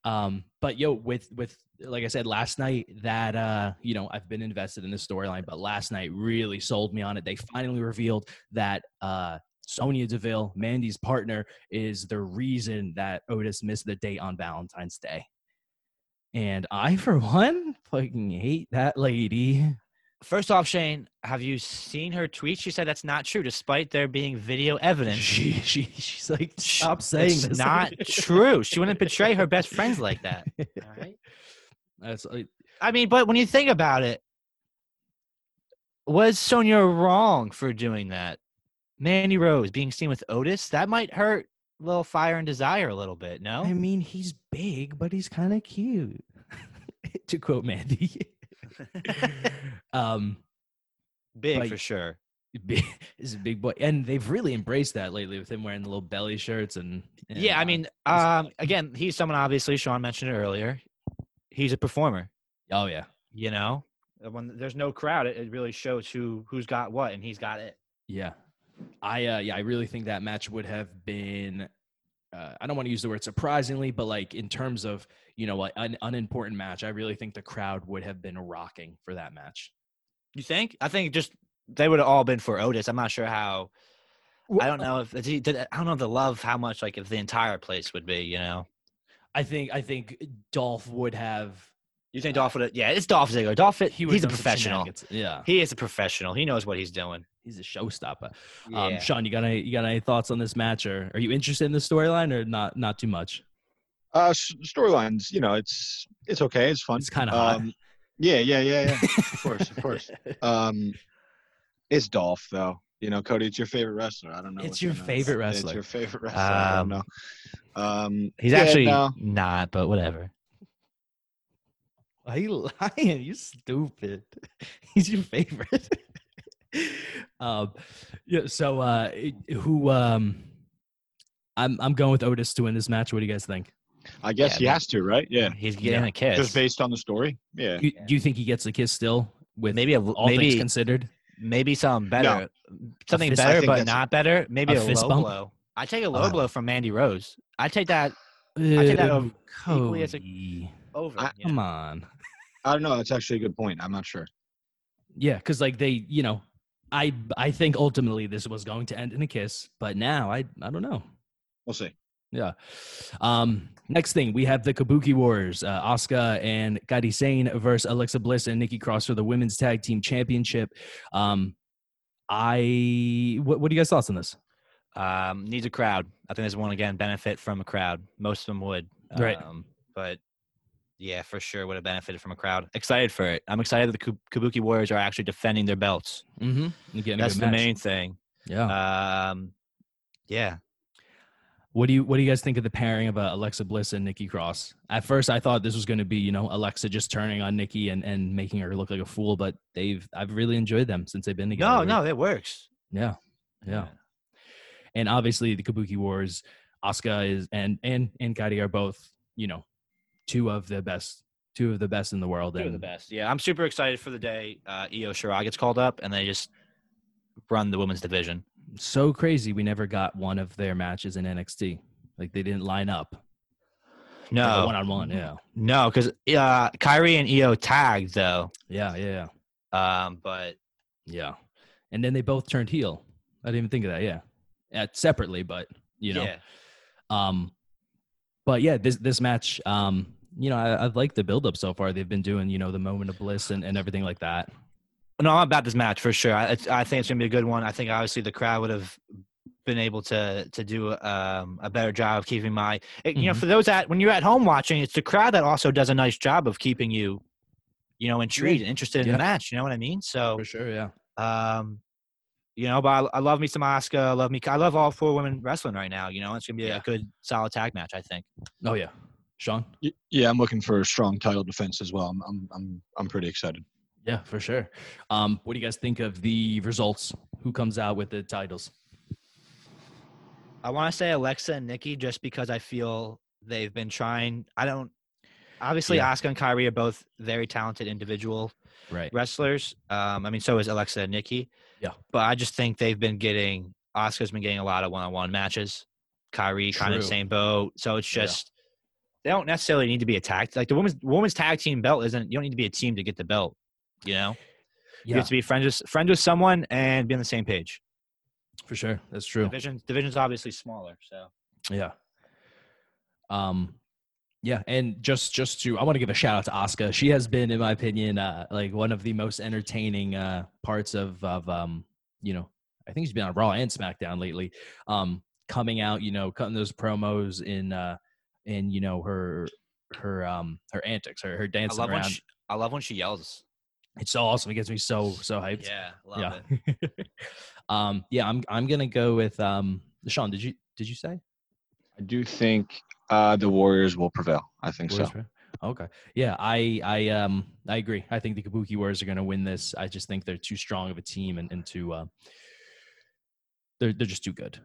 Um, but yo, with with like I said last night, that uh, you know, I've been invested in this storyline, but last night really sold me on it. They finally revealed that uh Sonia Deville, Mandy's partner, is the reason that Otis missed the date on Valentine's Day. And I, for one, fucking hate that lady.
First off, Shane, have you seen her tweet? She said that's not true, despite there being video evidence.
She, she, she's like,
Sh-
stop saying
It's
this.
not true. She wouldn't betray her best friends like that. All right.
That's uh, like,
I mean, but when you think about it, was Sonia wrong for doing that? Mandy Rose being seen with Otis, that might hurt little fire and desire a little bit, no?
I mean, he's big, but he's kind of cute. to quote Mandy. um,
Big
but-
for sure.
big, is a big boy, and they've really embraced that lately with him wearing the little belly shirts and. and,
yeah, I
uh,
mean, um, again, he's someone obviously Sean mentioned it earlier. He's a performer.
oh yeah,
you know Uh, when there's no crowd it, it really shows who who's got what and he's got it
yeah, I uh, yeah, I really think that match would have been. Uh, I don't want to use the word surprisingly, but like in terms of you know like an unimportant match, I really think the crowd would have been rocking for that match.
you think i think just they would have all been for otis i'm not sure how i don't know if did, did, i don't know the love how much like if the entire place would be you know
I think I think Dolph would have.
you think
Uh,
dolph would yeah it's dolph ziggler dolph
He would
he's a
have done some
professional
shenanigans. Yeah,
he is a professional he knows what he's doing
he's a showstopper.
yeah.
Um, Sean, you got any you got any thoughts on this match, or are you interested in the storyline, or not? Not too much.
Uh, s- storylines, you know, it's it's okay, it's fun.
It's kinda hot.
yeah, yeah, Um, yeah, yeah. of course, of course. Um, it's Dolph though. You know, Cody, it's your favorite wrestler. I don't know.
It's
what's
your
gonna-
favorite wrestler.
It's your favorite wrestler. I don't know.
Um,
Um,
he's
yeah,
actually
no.
not but whatever
Why you lying? You stupid. He's your favorite. um, yeah. So, uh, it- who? Um, I'm I'm going with Otis to win this match. What do you guys think?
I guess
Yeah,
he
man.
has to, right? Yeah.
he's getting
Yeah.
a kiss
Just based on the story. Yeah.
You, do you think he gets the kiss still? With
maybe a,
all things
maybe
considered,
maybe something better something
fist- I
better
think
but
that's a-
not better maybe
a
a,
fist
low
bump?
blow i take a low
Uh,
blow from mandy rose i take that take that
Ew,
equally as a-
Uh, Cody,
over.
I-
you know?
Come on.
I don't know. That's actually a good point. I'm not sure.
Yeah, because like they, you know, I I think ultimately this was going to end in a kiss, but now I I don't know.
We'll see.
Yeah. Um, next thing, we have the Kabuki Warriors, uh, Asuka and Kairi Sane versus Alexa Bliss and Nikki Cross for the Women's Tag Team Championship. Um, I what, what are you guys thoughts on this?
Um, needs a crowd. I think this one again benefit from a crowd. Most of them would.
Right.
Um, but yeah, for sure would have benefited from a crowd. Excited for it. I'm excited that the Kab- Kabuki Warriors are actually defending their belts.
Mm-hmm. You're getting
That's
a
the
good match.
main thing.
Yeah.
Um, yeah.
what do you What do you guys think of the pairing of uh, Alexa Bliss and Nikki Cross? At first, I thought this was going to be you know Alexa just turning on Nikki and and making her look like a fool, but they've I've really enjoyed them since they've been together.
No, no, it works.
Yeah. Yeah. and obviously the Kabuki Wars, Asuka is and and and Kairi are both you know two of the best, two of the best in the world.
Two
and
of the best. Yeah, I'm super excited for the day uh, Io Shirai gets called up and they just run the women's division.
So crazy, we never got one of their matches in NXT. Like they didn't line up
No,
one on one. Yeah,
no, because uh, Kyrie and Io tagged though.
yeah, yeah, yeah,
Um, but
yeah. And then they both turned heel. I didn't even think of that. Yeah, Uh, separately, but you know,
yeah.
Um, but yeah, this this match, um, you know, I, I've liked the build up so far. They've been doing, you know, the moment of bliss and, and everything like that.
No, I'm about this match for sure. I, it's- I think it's gonna be a good one. I think obviously the crowd would have been able to to do um, a better job of keeping my it- you know
Mhm.
for those at when you're at home watching, it's the crowd that also does a nice job of keeping you you know intrigued and interested in
Yeah.
the match. You know what I mean? So
sure, yeah.
um, you know, but I, I love me some Asuka. I love me. I love all four women wrestling right now. You know, it's gonna be
Yeah.
a good solid tag match. I think.
Oh yeah, Sean.
Y- Yeah, I'm looking for a strong title defense as well. I'm I'm I'm, I'm pretty excited.
Yeah, for sure. Um, what do you guys think of the results? Who comes out with the titles?
I want to say Alexa and Nikki just because I feel they've been trying. I don't. Obviously,
Yeah.
Asuka and Kyrie are both very talented individual
Right.
wrestlers. Um, I mean, so is Alexa and Nikki.
Yeah.
But I just think they've been getting Asuka's been getting a lot of one-on-one matches. Kyrie kind of
True.
same boat. So it's
Yeah.
just they don't necessarily need to be attacked. Like the women's women's tag team belt isn't. You don't need to be a team to get the belt. You know, you
Yeah,
have to be friends with friends with someone and be on the same page.
for sure. That's true.
Division division's obviously smaller. So
Yeah. Um yeah, and just just to I want to give a shout out to Asuka. She has been in my opinion uh like one of the most entertaining uh parts of of um you know, I think she's been on Raw and SmackDown lately. Um coming out, you know, cutting those promos in uh in you know her her um her antics, her her
I
dancing
love when
around.
she, I love when she yells.
it's so awesome. It gets me so so hyped.
Yeah, love it.
yeah. um yeah, I'm I'm going to go with um Sean, did you did you say?
I do think uh, the Warriors will prevail. I think so.
Warriors, right? Okay. Yeah, I I um I agree. I think the Kabuki Warriors are going to win this. I just think they're too strong of a team and, and too uh, they're they're just too good.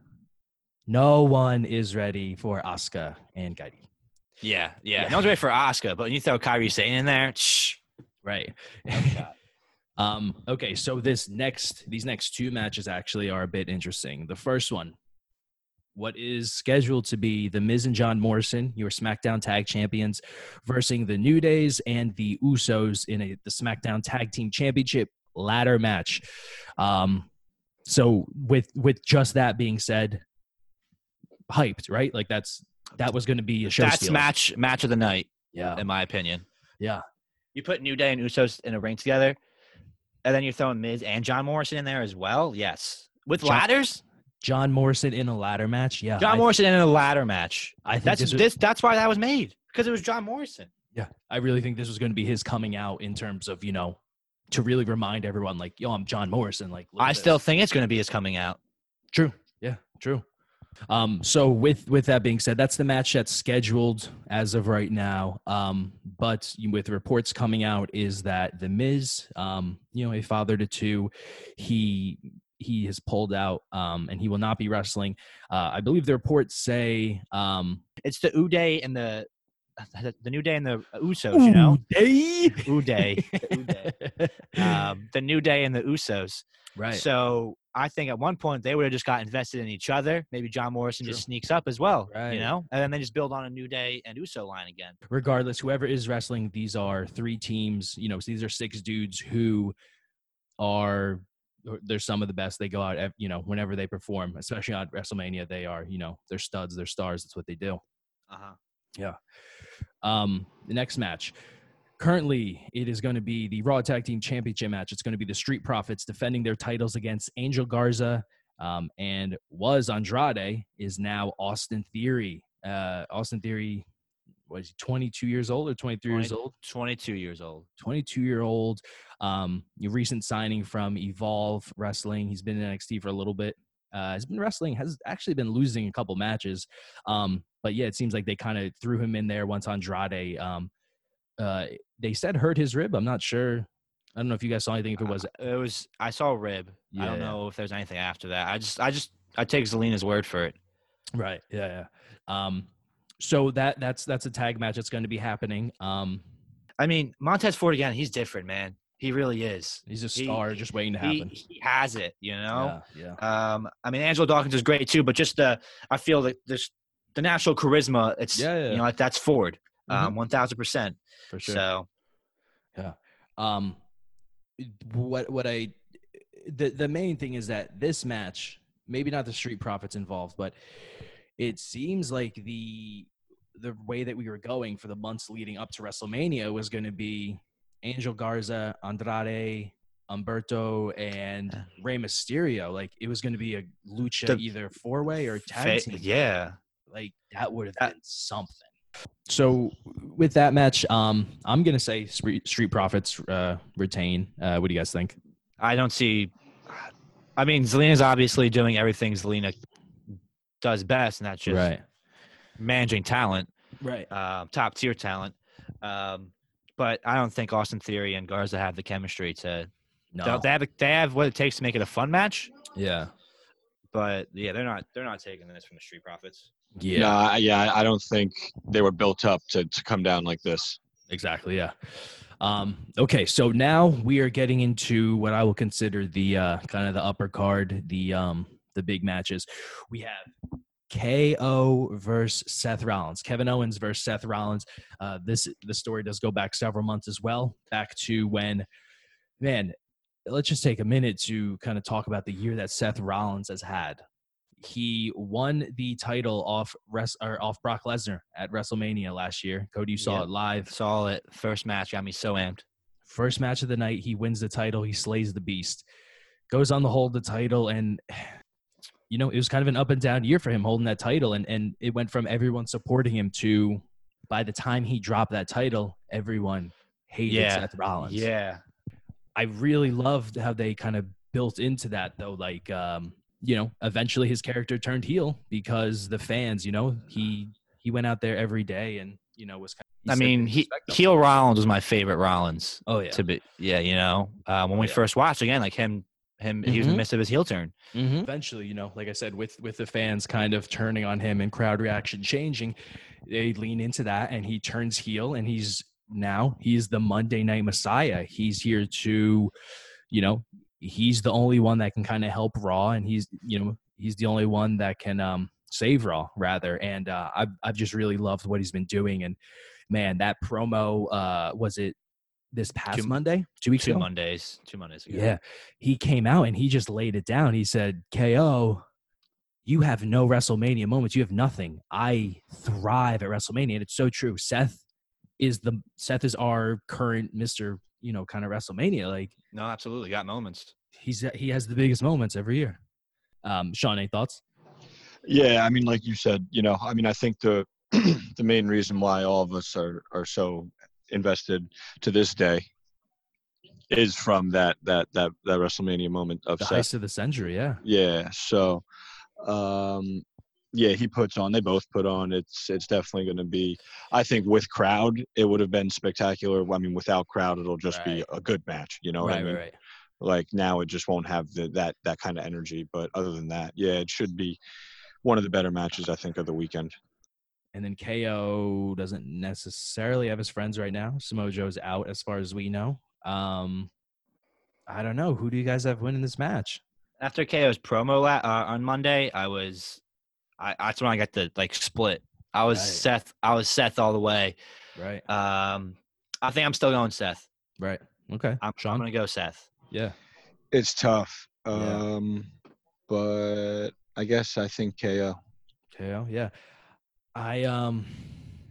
No one is ready for Asuka and Gaidi.
Yeah, yeah.
Yeah.
No one's ready for Asuka, but when you throw Kyrie Sane in there, shh.
Right. um okay, so this next these next two matches actually are a bit interesting. The first one what is scheduled to be the Miz and John Morrison, your SmackDown Tag Champions, versus the New Days and the Usos in a, the SmackDown Tag Team Championship ladder match. Um, so with with just that being said, hyped, right? Like that's that was going to be a show.
That's
stealer.
match match of the night,
Yeah,
in my opinion.
yeah,
You put New Day and Usos in a ring together, and then you're throwing Miz and John Morrison in there as well. Yes, with
John-
ladders,
John Morrison in a ladder match. Yeah,
John
I-
Morrison in a ladder match.
I think
That's
this
this,
was-
That's why that was made because it was John Morrison.
Yeah, I really think this was going to be his coming out in terms of you know to really remind everyone like yo, I'm John Morrison. Like look
I
at this.
still think it's going to be his coming out.
True. Yeah, true. Um, so with with that being said, that's the match that's scheduled as of right now. Um, but with reports coming out is that the Miz, um, you know, a father to two, he he has pulled out um, and he will not be wrestling. Uh, I believe the reports say um,
It's the Uday and the the New Day and the Usos. You know,
Uday.
Uday, the Uday, um, the New Day and the Usos.
right.
So I think at one point they would have just got invested in each other. Maybe John Morrison
True.
just sneaks up as well,
Right.
you know, and then they just build on a New Day and Uso line again.
regardless, whoever is wrestling, these are three teams. You know, so these are six dudes who are they're some of the best. They go out, ev- you know, whenever they perform, especially on WrestleMania, they are, you know, they're studs, they're stars. That's what they do.
Uh-huh.
Um, the next match. Currently, it is going to be the Raw Tag Team Championship match. It's going to be the Street Profits defending their titles against Angel Garza um, and was Andrade, is now Austin Theory. Uh, Austin Theory was 22 years old or 23 years
Twenty-
old?
22 years old.
22 year old um your recent signing from evolve wrestling he's been in nxt for a little bit uh has been wrestling has actually been losing a couple matches um but yeah it seems like they kind of threw him in there once andrade um uh they said hurt his rib i'm not sure i don't know if you guys saw anything if it was
I- it was I saw Rib. I don't
Yeah.
know if there's anything after that. I just I just I take Zelina's word for it.
Right. Yeah. yeah. Um. So that that's that's a tag match that's going to be happening. Um.
I mean, Montez Ford again, he's different, man. He really is.
He's a
He-
star, just waiting to
He,
happen.
he has it, you know?
Yeah. yeah.
Um, I mean, Angelo Dawkins is great too, but just the I feel that there's the natural charisma. It's
Yeah, yeah.
you know like that's Ford,
Mhm.
um, one thousand percent.
For sure.
So
Um, what what I the the main thing is that this match, maybe not the street profits involved, but it seems like the the way that we were going for the months leading up to WrestleMania was going to be Angel Garza, Andrade, Umberto, and Rey Mysterio. Like it was going to be a lucha
The-
either four way or tag
fa-
team
yeah,
like that would have
That-
been something. Uh, So with that match, um, I'm gonna say Street, Street Profits uh, retain. Uh, what do you guys think?
I don't see. I mean, Zelina's obviously doing everything Zelina does best, and that's just managing talent,
right.
um, top tier talent. Um, but I don't think Austin Theory and Garza have the chemistry to.
No,
they- They have they have what it takes to make it a fun match,
yeah,
but yeah, they're not they're not taking this from the Street Profits.
yeah,
No, I- yeah, I- I don't think they were built up to, to come down like this.
Exactly. Yeah. Um, okay, so now we are getting into what I will consider the uh, kind of the upper card, the um, the big matches. We have KO versus Seth Rollins, Kevin Owens versus Seth Rollins. Uh, this the story does go back several months as well, back to when, man, let's just take a minute to kind of talk about the year that Seth Rollins has had. He won the title off rest, or off Brock Lesnar at WrestleMania last year. Cody, you saw
Yep.
it live.
Saw it first match got me so amped.
First match of the night, he wins the title. He slays the beast, goes on to hold the title, and you know it was kind of an up and down year for him holding that title, and and it went from everyone supporting him to by the time he dropped that title, everyone hated
Yeah.
Seth Rollins.
Yeah,
I really loved how they kind of built into that though, like um, you know, eventually his character turned heel because the fans, you know, he he went out there every day and you know was kind. Of,
I
said they
mean, he,
respect him.
heel Rollins was my favorite Rollins.
Oh yeah.
To be, yeah, you know, uh, when we
Yeah.
first watched again, like him, him, he was in
Mhm.
the midst of his heel turn.
eventually you know like i said with with the fans kind of turning on him and crowd reaction changing they lean into that and he turns heel and he's now he's the monday night messiah he's here to you know he's the only one that can kind of help raw and he's you know he's the only one that can um save raw rather and uh i've, I've just really loved what he's been doing and man that promo uh was it this past
Two-
monday two weeks
Two
ago
Mondays, two Mondays ago.
yeah. He came out and he just laid it down. He said, KO, you have no WrestleMania moments. You have nothing. I thrive at WrestleMania. And it's so true. Seth is the Seth is our current Mr. You know, kind of WrestleMania. Like
no, absolutely, got moments.
he's he has the biggest moments every year. Um, Sean, any thoughts?
Yeah, I mean, like you said, you know, I mean, I think the the main reason why all of us are are so invested to this day is from that that that that WrestleMania moment of
The
Seth.
heist of the century, yeah.
Yeah, so um yeah, he puts on. They both put on. It's it's definitely going to be. I think with crowd, it would have been spectacular. I mean, without crowd, it'll just be a good match. You know what I
right,
mean?
right, right.
like now it just won't have the, that that kind of energy but other than that yeah it should be one of the better matches i think of the weekend
And then KO doesn't necessarily have his friends right now. Samoa Joe's out, as far as we know. Um, I don't know. Who do you guys have winning this match?
After KO's promo la- uh, on Monday, I was, I that's when I got the like split. I was
Right.
Seth. I was Seth all the way.
Right.
Um, I think I'm still going Seth.
Right. Okay.
I'm, I'm gonna go Seth.
Yeah.
it's tough
Yeah.
um but i guess i think ko
KO. Yeah. I um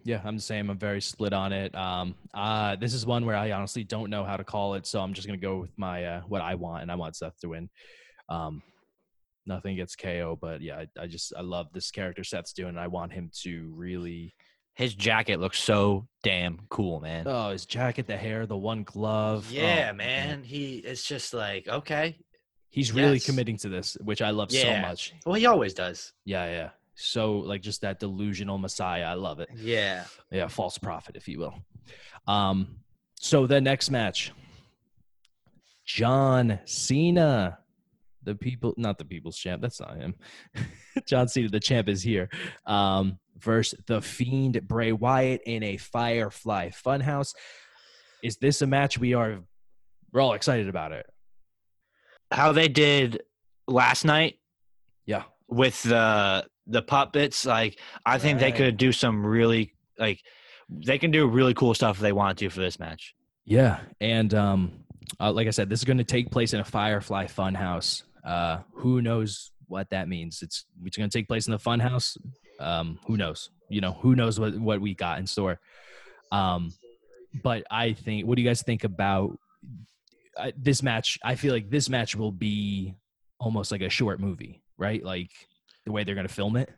yeah, I'm the same. I'm very split on it. Um uh this is one where I honestly don't know how to call it, so I'm just gonna go with my uh what I want and I want Seth to win. Um nothing against KO, but yeah, I, I just I love this character Seth's doing and I want him to really
His jacket looks so damn cool, man.
Oh, his jacket, the hair, the one glove. oh,
yeah, man. He it's just like okay.
He's really
Yes.
committing to this, which I love so
Yeah.
much.
Well, he always does.
Yeah, yeah. So like just that delusional messiah. I love it.
Yeah.
yeah, false prophet, if you will. Um, so the next match, John Cena, the people, not the people's champ. That's not him. John Cena, the champ, is here. Um, versus the fiend Bray Wyatt in a Firefly Funhouse. Is this a match we are? We're all excited about it.
How they did last night
Yeah,
with the the puppets, like I think
Right.
they could do some really like they can do really cool stuff if they want to for this match.
Yeah, and um, uh, like I said, this is going to take place in a Firefly Funhouse. Uh, who knows what that means? It's it's going to take place in the Funhouse. Um, who knows? You know, who knows what what we got in store. Um, but I think, what do you guys think about uh, this match? I feel like this match will be almost like a short movie, right? Like the way they're going to film it.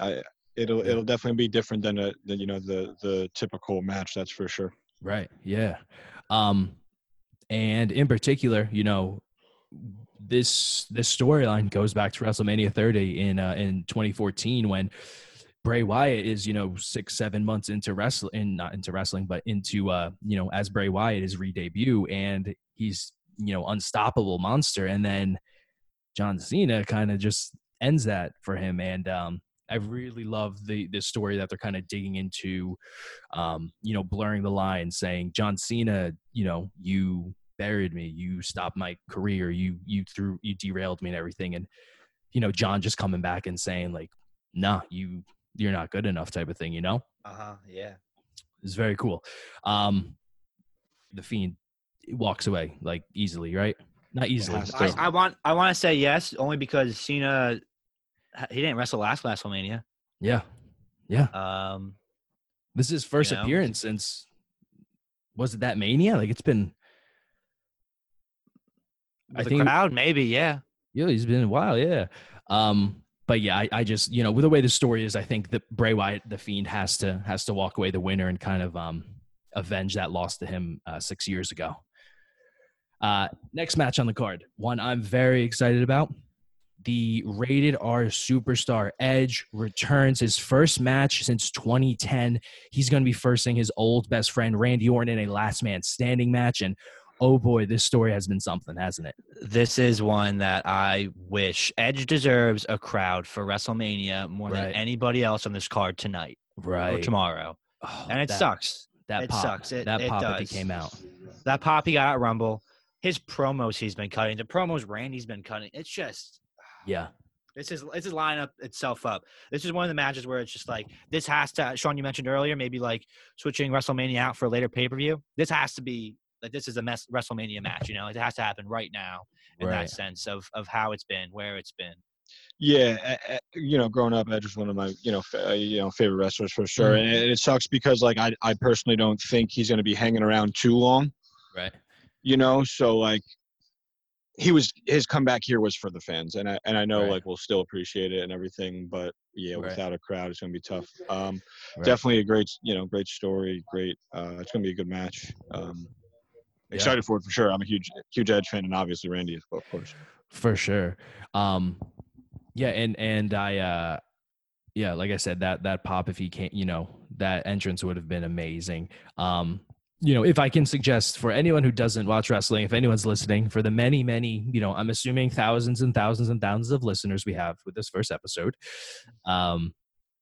i it'll
Yeah.
it'll definitely be different than a than, you know the the typical match that's for sure
Right. Yeah. Um, and in particular, you know, this this storyline goes back to WrestleMania 30 in uh, in 2014 when Bray Wyatt is you know six seven months into wrestling, not into wrestling, but into uh, you know as Bray Wyatt his re-debut, and he's you know unstoppable monster, and then John Cena kind of just ends that for him, and um, I really love the the story that they're kind of digging into, um, you know, blurring the line, saying John Cena, you know, you buried me, you stopped my career, you you threw you derailed me and everything, and you know, John just coming back and saying like, nah, you you're not good enough type of thing, you know,
Uh huh. Yeah.
it's very cool. Um, the fiend walks away like easily, right? Not easily.
has
I,
So-
I want I want to say yes only because Cena he didn't wrestle last WrestleMania.
Yeah, yeah.
Um,
This is his first
You know?
appearance since was it that Mania? Like it's been. I
the
think
crowd maybe yeah.
yeah, he's been a while. Yeah, um, but yeah, I, I just you know with the way the story is, I think that Bray Wyatt, the Fiend, has to has to walk away the winner and kind of um avenge that loss to him uh, six years ago. Uh, next match on the card, one I'm very excited about. The rated R superstar Edge returns his first match since 2010. He's going to be firsting his old best friend Randy Orton in a last man standing match. And oh boy, this story has been something, hasn't it?
This is one that I wish Edge deserves a crowd for WrestleMania more than
Right.
anybody else on this card tonight or
Right.
tomorrow,
Oh,
and it
that-
sucks.
That
It
pop,
sucks. It-
that
it
pop that he
does.
came out.
That pop he got at Rumble, his promos he's been cutting, the promos Randy's been cutting. It's just
Yeah,
This is this is lining up itself up. This is one of the matches where it's just like this has to. Sean, you mentioned earlier maybe like switching WrestleMania out for a later pay per view. This has to be like this is a mess, WrestleMania match. You know, it has to happen right now in
right.
that sense of of how it's been, where it's been.
Yeah, a- a- you know, growing up, Edge was one of my you know fa- uh, you know favorite wrestlers for sure, and it, it sucks because like I I personally don't think he's going to be hanging around too long,
Right.
you know. So like, he was his comeback here was for the fans, and I and I know
Right.
like we'll still appreciate it and everything, but yeah,
Right.
without a crowd, it's going to be tough. Um,
Right.
definitely a great you know great story, great. Uh, it's going to be a good match. Um,
Yeah.
excited for it for sure. I'm a huge huge Edge fan, and obviously Randy, of course.
for sure. Um, yeah, and and I, uh, yeah, like I said, that that pop if he can't, you know, that entrance would have been amazing. Um, you know, if I can suggest for anyone who doesn't watch wrestling, if anyone's listening, for the many, many, you know, I'm assuming thousands and thousands and thousands of listeners we have with this first episode, um,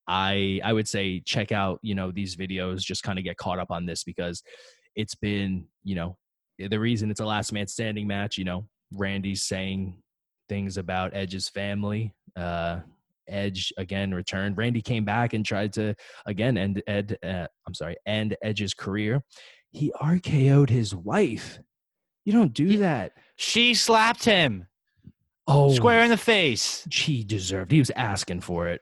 I I would say check out you know these videos, just kind of get caught up on this because it's been you know the reason it's a last man standing match. You know, Randy's saying things about Edge's family. Uh, Edge again returned. Randy came back and tried to again end Ed. Uh, I'm sorry, end Edge's career. He RKO'd his wife. You don't do
Yeah.
that.
She slapped him
Oh,
square in the face.
She deserved. He was asking for it.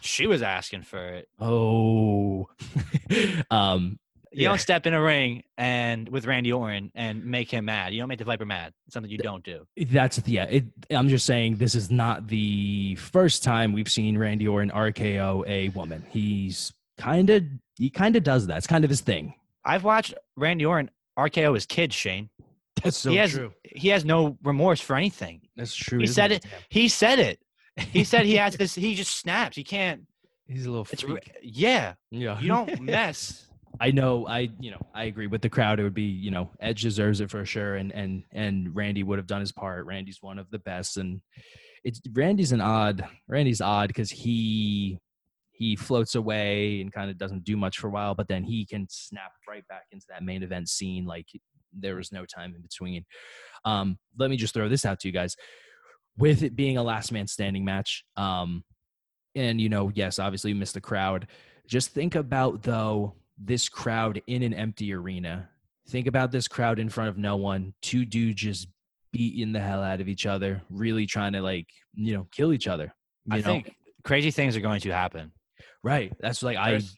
She was asking for it.
Oh, um,
You
Yeah.
don't step in a ring and with Randy Orton and make him mad. You don't make the Viper mad. It's something you don't do.
That's yeah. It, I'm just saying this is not the first time we've seen Randy Orton RKO a woman. He's kind of he kind of does that. It's kind of his thing.
I've watched Randy Orton RKO his kids, Shane.
That's so
He has-
true.
He has no remorse for anything.
That's true.
he
isn't
said
Damn.
He said it. He said he has this. He just snaps. He can't.
He's a little
It's
freak.
yeah.
yeah.
You don't mess.
I know. I you know. I agree with the crowd. It would be you know. Edge deserves it for sure, and and and Randy would have done his part. Randy's one of the best, and it's Randy's an odd. Randy's odd because he he floats away and kind of doesn't do much for a while, but then he can snap right back into that main event scene like there was no time in between. Um, let me just throw this out to you guys. With it being a last man standing match, um, and you know, yes, obviously you missed the crowd. Just think about though this crowd in an empty arena. Think about this crowd in front of no one. Two dudes just beating the hell out of each other, really trying to like, you know, kill each other. You
I
know?
think crazy things are going to happen.
Right. That's like I
There's-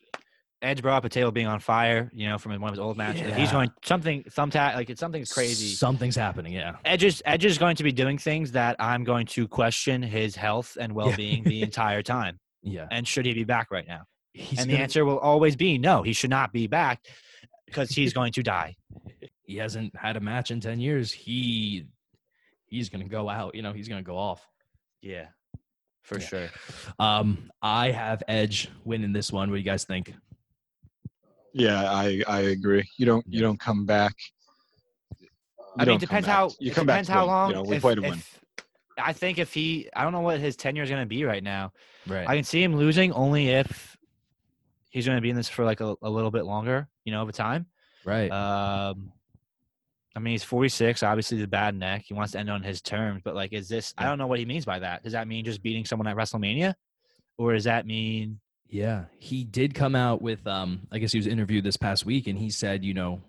Edge brought up a table being on fire. You know, from one of his old matches. Like, he's
Yeah.
going something. Sometimes like it's something's crazy.
Something's happening. Yeah.
Edge is, Edge is going to be doing things that I'm going to question his health and well being the entire time.
Yeah.
And should he be back right now?
He's
and the
gonna-
answer will always be no, he should not be back because he's going to die.
he hasn't had a match in ten years. He he's gonna go out. You know, he's gonna go off.
Yeah, for
Yeah.
sure.
Um, I have Edge winning this one. What do you guys think?
Yeah, I I agree. You don't you don't come back.
I
you
mean,
don't
it
come
depends
back-
how
you
it
come back
depends
to
how
win,
long.
You know, we
if,
play to win.
If, I think if he, I don't know what his tenure is going to be right now.
Right.
I can see him losing only if he's going to be in this for like a, a little bit longer, you know, of a time.
right.
Um, I mean, he's 46. Obviously, the bad neck. He wants to end on his terms, but like, is this? I
Yeah.
don't know what he means by that. Does that mean just beating someone at WrestleMania, or does that mean?
Yeah, he did come out with um I guess he was interviewed this past week and he said, you know,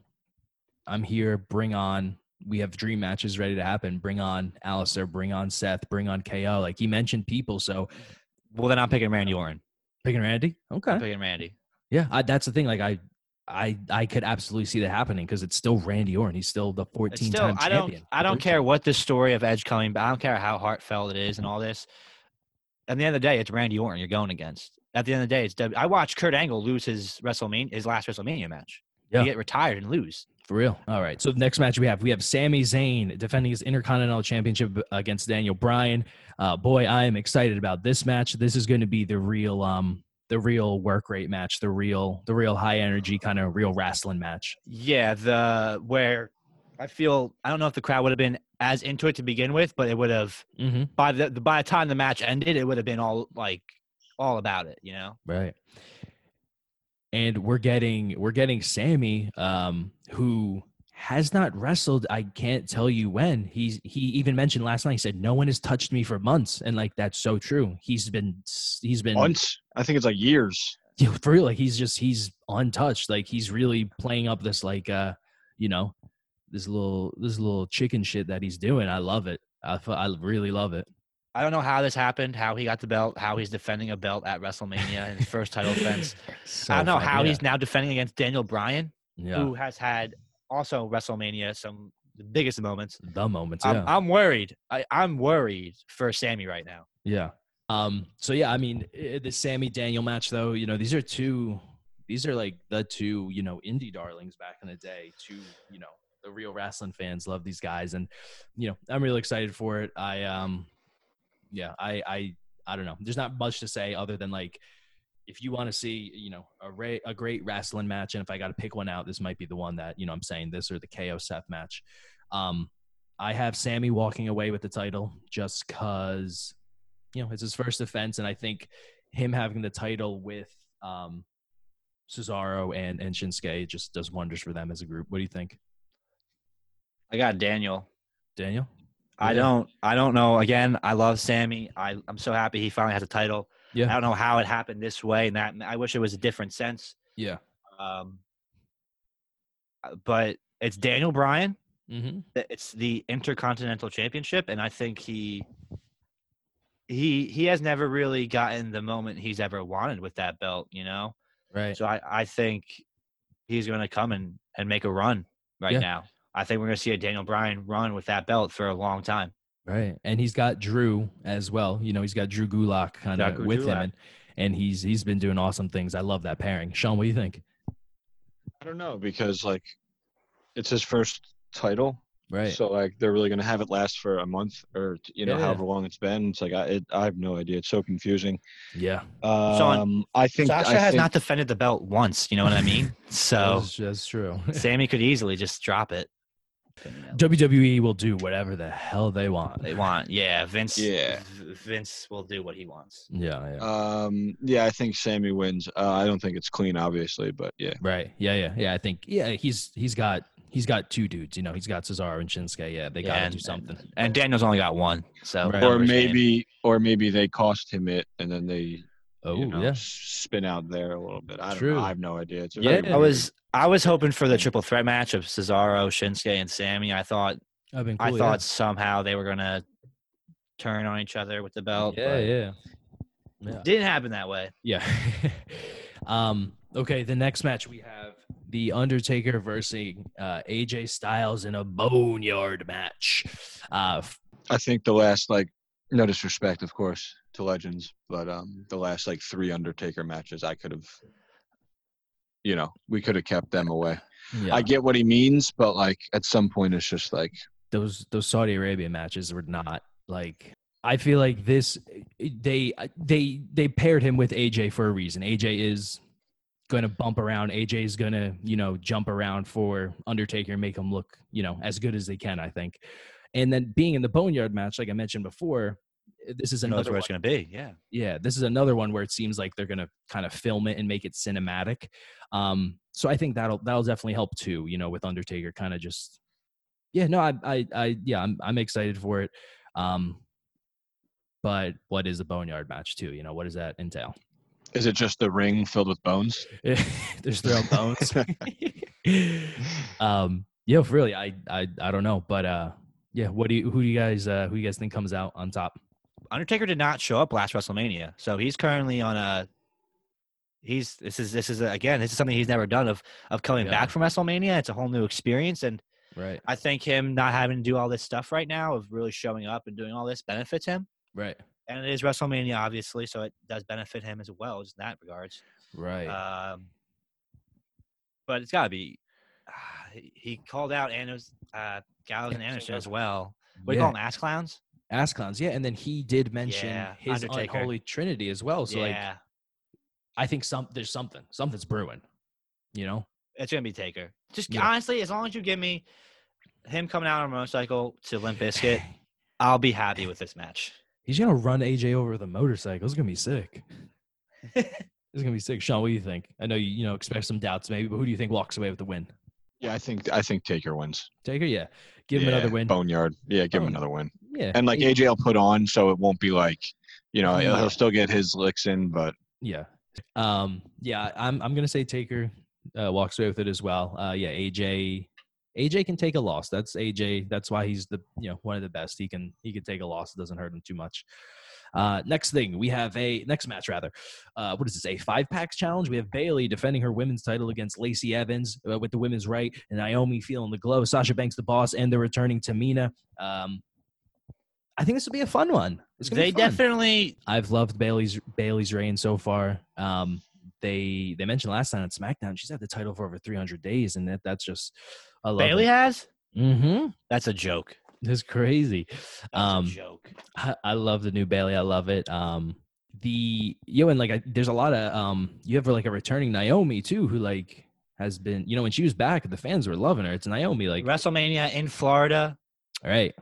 I'm here, bring on we have dream matches ready to happen. Bring on Alistair, bring on Seth, bring on KO. Like he mentioned people, so
Well, then I'm picking Randy Orton.
picking Randy.
I'm
Okay.
picking Randy.
Yeah, I, that's the thing like I I I could absolutely see that happening cuz it's still Randy Orton. He's still the
It's
14
still,
time
I
champion.
don't, I don't
13.
care what the story of Edge coming back. I don't care how heartfelt it is
Mm-hmm.
and all this. At the end of the day, it's Randy Orton you're going against. At the end of the day, it's W. I watched Kurt Angle lose his WrestleMania, his last WrestleMania match.
Yeah.
He get retired and lose.
For real. All right. So the next match we have, we have Sami Zayn defending his Intercontinental Championship against Daniel Bryan. Uh, boy, I am excited about this match. This is going to be the real, um, the real work rate match, the real, the real high energy kind of real wrestling match.
Yeah, the where I feel I don't know if the crowd would have been as into it to begin with, but it would have
Mm-hmm.
by the by the time the match ended, it would have been all like all about it, you know.
Right. And we're getting we're getting Sammy, um, who has not wrestled. I can't tell you when. He's he even mentioned last night. He said no one has touched me for months, and like that's so true. He's been s- he's been
Once I think it's like years.
yeah, for real, like he's just he's untouched. Like he's really playing up this like uh, you know, this little this little chicken shit that he's doing. I love it. I fu- I really love it.
I don't know how this happened, how he got the belt, how he's defending a belt at WrestleMania in his first title defense.
So
I don't know
fun,
how
yeah.
he's now defending against Daniel Bryan,
yeah
who has had also WrestleMania some the biggest moments.
the moments.
I'm,
yeah.
I'm worried. I, I'm worried for Sammy right now.
Yeah. Um. So yeah, I mean, i- the Sammy Daniel match, though, you know, these are two. These are like the two, you know, indie darlings back in the day. Two, you know, the real wrestling fans love these guys, and you know, I'm really excited for it. I um, yeah, I I I don't know. There's not much to say other than like, if you want to see, you know, a ra- a great wrestling match, and if I got to pick one out, this might be the one that you know I'm saying this or the KO Seth match. Um, I have Sammy walking away with the title just cause you know, it's his first defense, and I think him having the title with um, Cesaro and and Shinsuke just does wonders for them as a group. What do you think,
I got Daniel.
Daniel?
I
Yeah.
don't. I don't know. Again, I love Sammy. I, I'm so happy he finally has a title.
Yeah.
I don't know how it happened this way and that. and I wish it was a different sense.
Yeah.
Um, uh, but it's Daniel Bryan.
Mm-hmm.
that It's the Intercontinental Championship, and I think he he he has never really gotten the moment he's ever wanted with that belt. You know,
Right.
so I I think he's going to come and and make a run right
Yeah.
now. I think we're going to see a Daniel Bryan run with that belt for a long time.
Right. And he's got Drew as well. You know, he's got Drew Gulak kind of
Drew
with him,
Gulak.
and, and he's he's been doing awesome things. I love that pairing. Sean, what do you think?
I don't know because like it's his first title,
Right.
so like they're really gonna have it last for a month or t- you know
Yeah.
however long it's been. It's like I it, I have no idea. It's so confusing.
yeah.
Um, I think
Sasha
I
has
think-
not defended the belt once. You know what I mean? So
That's, that's true.
Sammy could easily just drop it.
WWE E will do whatever the hell they want.
They want, yeah. Vince,
Yeah.
V- Vince will do what he wants.
Yeah. Yeah.
Um, yeah, I think Sammy wins. Uh, I don't think it's clean, obviously, but yeah.
Right. Yeah, yeah, yeah. I think yeah, he's he's got he's got two dudes. You know, he's got Cesaro and Shinsuke. Yeah, they
Yeah,
got to
and-
do something.
And Daniel's only got one, so
Right.
Or
numbers game.
maybe, or maybe they cost him it, and then they,
oh
you know,
yeah,
s- spin out there a little bit. I don't
True.
know. I have no idea. It's a
Yeah.
very
I was
weird-
I was hoping for the triple threat match of Cesaro, Shinsuke, and Sammy. I thought
I've been.
I thought somehow they were gonna turn on each other with the belt.
Yeah,
but
yeah,
it Didn't happen that way.
yeah. um. Okay, the next match we have the Undertaker versus uh, AJ Styles in a boneyard match. Uh, f-
I think the last like, no disrespect, of course, to legends, but um, the last like three Undertaker matches, I could have, you know, we could have kept them away.
yeah,
I get what he means, but like at some point, it's just like,
those those Saudi Arabia matches were not like I feel like this eh, they they they paired him with AJ for a reason. AJ is going to bump around. AJ is going to, you know, jump around for Undertaker and make him look, you know, as good as they can, I think. And then being in the boneyard match, like I mentioned before, eh, this is
Who knows
another
where
one
it's gonna be? Yeah.
yeah this is another one where it seems like they're gonna kind of film it and make it cinematic um so i think that'll that'll definitely help too you know with undertaker kind of just yeah no i i, I yeah I'm, I'm excited for it um but what is a boneyard match too you know what does that entail
Is it just the ring filled with bones?
there's their own bones um yeah really I, I i don't know but uh yeah what do you who do you guys uh who you guys think comes out on top
Undertaker did not show up last WrestleMania, so he's currently on a. He's this is this is again this is something he's never done of of coming
Yeah.
back from WrestleMania. It's a whole new experience, and
right
I think him not having to do all this stuff right now of really showing up and doing all this benefits him.
right
And it is WrestleMania, obviously, so it does benefit him as well as in that regards.
right
Um, but it's got to be. Uh, he- he called out Anders, uh, Gallows and
Yeah, so
Anderson
yeah.
as well. What do you
Yeah.
call them? Ass clowns?
ass clowns yeah and then he did mention
Yeah,
his
Undertaker.
unholy trinity as well so
yeah,
like i think some there's something something's brewing you know
it's gonna be Taker. Just
Yeah.
honestly, as long as you give me him coming out on a motorcycle to Limp Biscuit, I'll be happy with this match.
he's gonna run aj over the motorcycle it's gonna be sick it's gonna be sick sean what do you think i know you you know expect some doubts maybe but who do you think walks away with the win
Yeah, I think I think Taker wins.
taker yeah give him another
Yeah,
win
Boneyard. Yeah, give him
Bone-
another win.
yeah
And like
he-
AJ will put on, so it won't be like you know he'll-
Yeah.
he'll still get his licks in, but
yeah um yeah i'm i'm gonna say taker uh, walks away with it as well uh yeah aj aj can take a loss that's aj that's why he's the you know one of the best he can he can take a loss it doesn't hurt him too much uh next thing we have a next match rather uh what is this a five packs challenge we have bailey defending her women's title against lacey evans uh, with the women's right and naomi feeling the glow sasha banks the boss and the returning tamina um i think this will be a fun one it's gonna
they
be fun.
definitely
I've loved Bailey's Bailey's reign so far. Um, they they mentioned last time on SmackDown she's had the title for over 300 days, and that that's just I love
Bailey has.
Mm-hmm.
That's a joke.
That's crazy.
That's
Um,
a joke.
I, I love the new Bailey. I love it. Um, the you know, and like I, there's a lot of um, you have like a returning Naomi too, who like has been you know when she was back, the fans were loving her. It's Naomi, like
WrestleMania in Florida.
all right.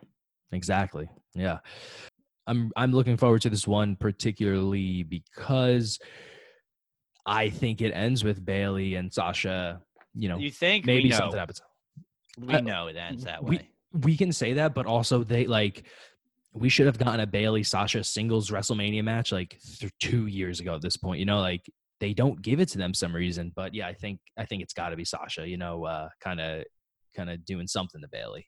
Exactly. Yeah. I'm I'm looking forward to this one particularly because I think it ends with Bailey and Sasha, you know,
You think
maybe
we know,
something happens.
We
I-
know it ends that
we-
way.
We can say that, but also they like we should have gotten a Bailey Sasha singles WrestleMania match like th- 2 years ago at this point, you know, like they don't give it to them some reason, but yeah, I think I think it's got to be Sasha, you know, uh kind of kind of doing something to Bailey.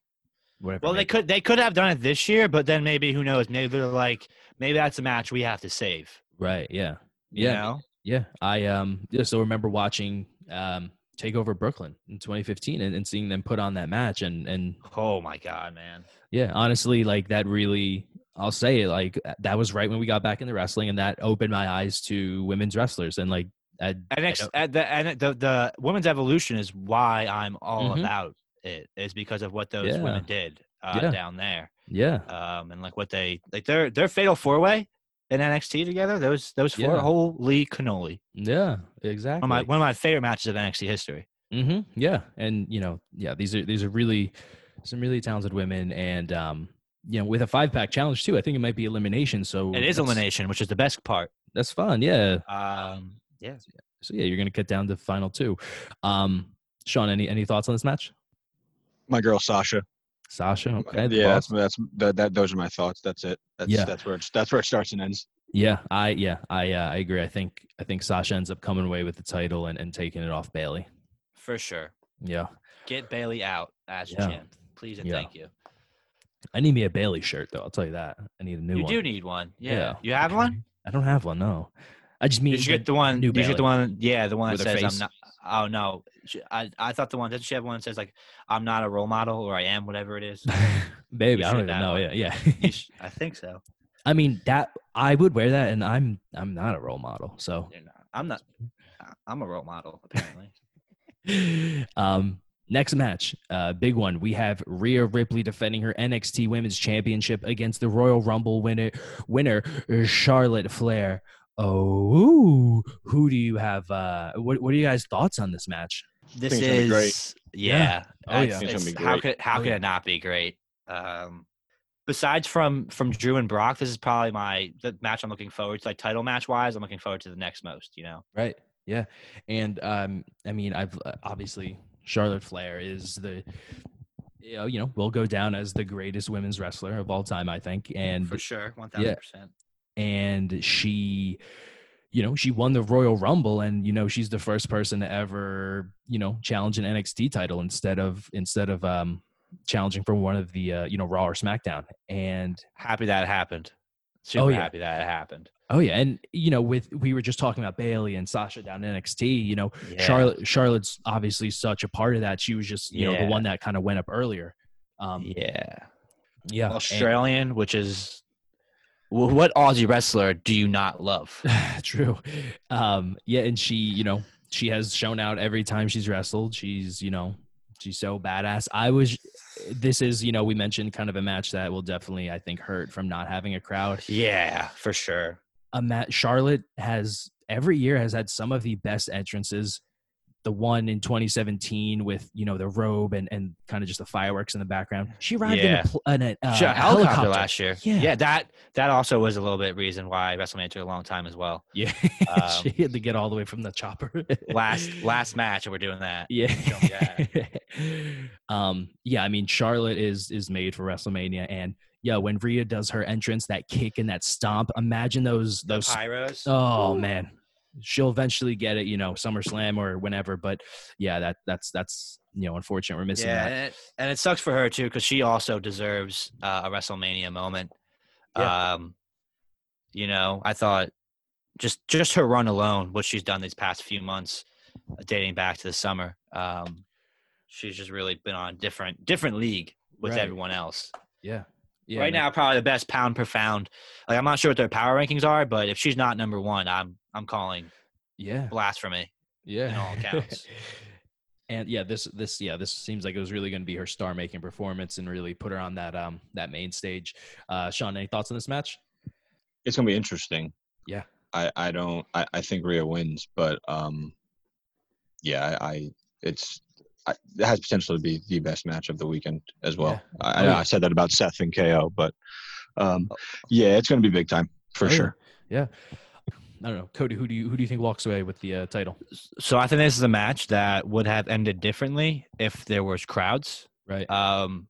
Whatever.
Well,
it
they
may be.
could they could have done it this year, but then maybe who knows? Maybe they're like, maybe that's a match we have to save.
Right, yeah.
You
Yeah.
know?
Yeah, I um yeah, so remember watching um Takeover Brooklyn in 2015 and, and seeing them put on that match and and
Oh my god, man!
yeah, honestly, like that really I'll say it like uh, that was right when we got back into wrestling and that opened my eyes to women's wrestlers and like I,
And ex-
don't-
at the and the the women's evolution is why I'm all
Mhm.
about it. Is because of what those
Yeah.
women did uh,
Yeah.
down there,
yeah,
um, and like what they like their their fatal four way in NXT together. Those those four
Yeah.
holy cannoli.
yeah, exactly.
One of Oh, my one of my favorite matches of NXT history.
Mm-hmm. Yeah, and you know, yeah, these are these are really some really talented women, and um, you know, with a five pack challenge too, I think it might be elimination. So
It is
that's-
elimination, which is the best part.
That's fun. Yeah,
Um, yeah,
So yeah, you're gonna cut down to final two. Um, Sean, any any thoughts on this match?
my girl Sasha.
Sasha, Oh, okay, the
Mm, Yeah, that's,
boss.
that's that, that. Those are my thoughts. That's it. That's
Yeah.
that's where it's, that's where it starts and ends.
yeah, I yeah, I uh, I agree. I think I think Sasha ends up coming away with the title and, and taking it off Bailey.
for sure.
Yeah,
Get Bailey out as
Yeah.
champ, please and
Yeah.
thank you.
I need me a Bailey shirt though. I'll tell you that. I need a new
you
one.
do need one. Yeah,
Yeah. Mm-hmm.
you have one.
I don't have one. No, I just mean
You should get the one.
new
You should get the one. Yeah, the one that
With her
says I'm
face.
not. Oh no, She- I I thought the one doesn't she have one that says like I'm not a role model or I am whatever it is.
baby.
you
I don't
should
even
have
know.
one.
Yeah, yeah.
You sh- I think so.
I mean that I would wear that, and I'm I'm not a role model. So
You're not. I'm not. I- I'm a role model apparently.
um, next match, uh, big one. We have Rhea Ripley defending her NXT Women's Championship against the Royal Rumble winner, winner uh, Charlotte Flair. Oh, ooh. who do you have? Uh, what What are you guys' thoughts on this match?
This
it's gonna be great.
is yeah.
Oh,
that's-
yeah.
It's gonna be
How
great.
could how
Oh,
could
yeah.
it not be great? Um, besides from from Drew and Brock, this is probably my the match I'm looking forward to. Like title match wise, I'm looking forward to the next most. You know,
Right. Yeah. And um, I mean, I've uh, obviously Charlotte Flair is the you know, you know will go down as the greatest women's wrestler of all time, I think. And
for sure, one thousand percent.
and she you know she won the royal rumble and you know she's the first person to ever you know challenge an nxt title instead of instead of um challenging for one of the uh, you know raw or smackdown and
Happy that it happened. Super
Oh, yeah.
happy that it happened.
oh yeah and you know with we were just talking about bailey and sasha down in nxt you know
Yeah.
charlotte charlotte's obviously such a part of that she was just you know
Yeah.
the one that kind of went up earlier um yeah,
yeah.
and-
Australian, which is wh- what Aussie wrestler do you not love?
True. Um, yeah, and she, you know, she has shown out every time she's wrestled. She's, you know, she's so badass. I was this is, you know, we mentioned kind of a match that will definitely, I think, hurt from not having a crowd.
yeah, for sure.
A mat Charlotte has every year has had some of the best entrances. The one in 2017 with you know the robe and and kind of just the fireworks in the background. She arrived
Yeah.
in a, pl- in a, uh,
Sure,
a
helicopter,
helicopter
last year.
Yeah.
yeah, that that also was a little bit reason why WrestleMania took a long time as well.
Yeah,
Um,
she had to get all the way from the chopper.
Last last match, we're doing that.
Yeah.
Jump
um, yeah, I mean Charlotte is is made for WrestleMania and yeah, when Rhea does her entrance, that kick and that stomp, imagine those those
Pyros.
Oh
Woo.
man. She'll eventually get it, you know, SummerSlam or whenever, but yeah, that that's that's you know, unfortunate we're missing
yeah,
that.
and it, and it sucks for her too because she also deserves uh, a WrestleMania moment. Um, you know, I thought just just her run alone, what she's done these past few months, uh, dating back to the summer, um, she's just really been on different different league with
Right.
everyone else.
Yeah. Yeah.
right
man.
now, probably the best pound per pound. Like I'm not sure what their power rankings are, but if she's not number one, I'm I'm calling
Yeah.
blasphemy.
Yeah.
in all accounts.
and yeah, this this yeah, this seems like it was really gonna be her star making performance and really put her on that um that main stage. Uh Sean, any thoughts on this match?
It's gonna be interesting.
Yeah.
I I don't I I think Rhea wins, but um, yeah I, I it's I, it has potential to be the best match of the weekend as well. I, I,
Oh, yeah.
I said that about Seth and KO, but um, yeah, it's gonna be big time for
Oh, yeah.
sure.
I don't know, Cody. Who do you who do you think walks away with the uh, title?
So I think this is a match that would have ended differently if there was crowds.
Right,
Um,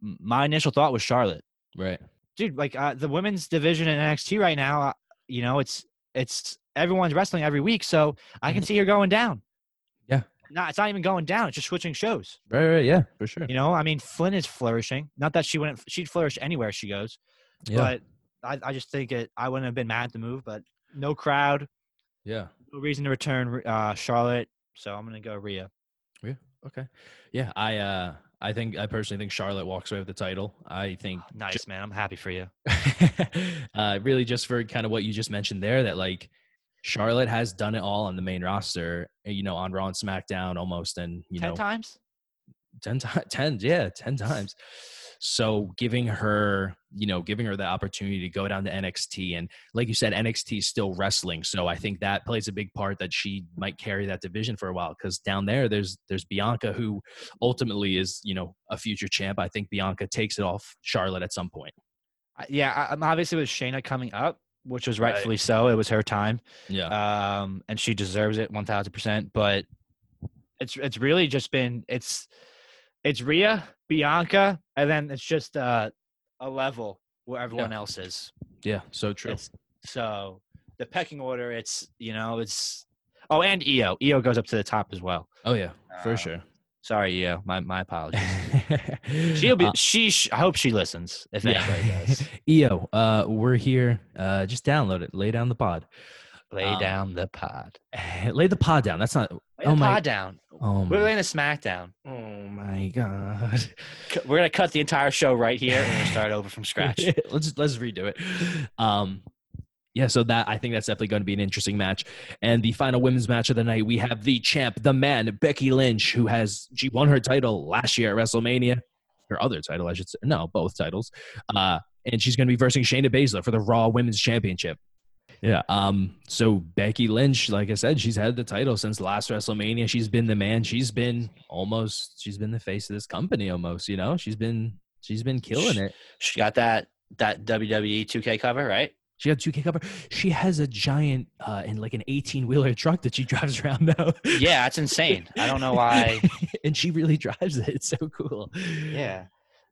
my initial thought was Charlotte,
right,
dude. Like uh, the women's division in NXT right now, uh, you know, it's it's everyone's wrestling every week, so I can see her going down.
Mm-hmm. Yeah.
no, it's not even going down. It's just switching shows.
right, right. Yeah, for sure.
You know, I mean, Flynn is flourishing. Not that she wouldn't; she'd flourish anywhere she goes.
Yeah,
But I, I just think it. I wouldn't have been mad at the move, but no crowd,
yeah.
no reason to return uh, Charlotte. So I'm gonna go Rhea.
Okay, yeah. I uh, I think I personally think Charlotte walks away with the title. I think
Ah, Nice man, I'm happy for you.
uh, really just for kind of what you just mentioned there that like Charlotte has done it all on the main roster, uh, you know, on Raw and SmackDown almost, and you
Ten
know,
times.
10 times 10 yeah 10 times so giving her you know giving her the opportunity to go down to nxt and like you said nxt is still wrestling so i think that plays a big part that she might carry that division for a while because down there there's there's bianca who ultimately is you know a future champ i think bianca takes it off charlotte at some point
I- yeah, I, I'm obviously with Shayna coming up, which was rightfully so. It was her time,
yeah
um, and she deserves it 1,000. percent But it's it's really just been it's it's Rhea, Bianca, and then it's just uh, a level where everyone else is.
yeah so true
It's, so the pecking order, it's you know, it's oh, and Io, Io goes up to the top as well.
oh yeah for
Uh,
sure
Sorry, Io, my my apologies. She'll be
Uh,
she. Sh- I hope she listens. If anybody
yeah.
does,
eo uh we're here uh just download it lay down the pod
lay
Um,
down the pod.
lay the pod down that's not
Lay
Oh
the
my-
pod down.
oh
We're
my
laying a smackdown.
Oh my god.
C- We're gonna cut the entire show right here and we're gonna start over from scratch.
let's let's redo it. Um yeah, so that I think that's definitely going to be an interesting match. And the final women's match of the night, we have the champ, the man, Becky Lynch, who has she won her title last year at WrestleMania. Her other title, I should say. No, both titles. Uh and she's going to be versing Shayna Baszler for the Raw Women's Championship. Yeah. Um. So Becky Lynch, like I said, she's had the title since last WrestleMania. She's been the man. She's been almost. She's been the face of this company almost. You know, she's been She's been killing
Sh-
it.
She got that that WWE 2K cover, right?
She got two kick cover. She has a giant uh and like an 18 wheeler truck that she drives around now.
Yeah, that's insane. I don't know why.
and she really drives it. It's so cool.
Yeah.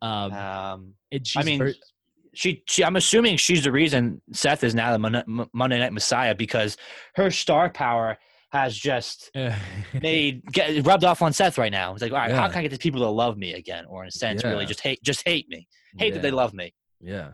Um
Um,
and she's
I mean,
ver-
she, she. I'm assuming she's the reason Seth is now the Mon- M- Monday Night Messiah because her star power has just
Yeah.
made get rubbed off on Seth right now. It's like, all right, how
Yeah.
can I get these people to love me again, or in a sense, really
Yeah.
just hate, just hate me, hate that they
Yeah.
love me.
Yeah.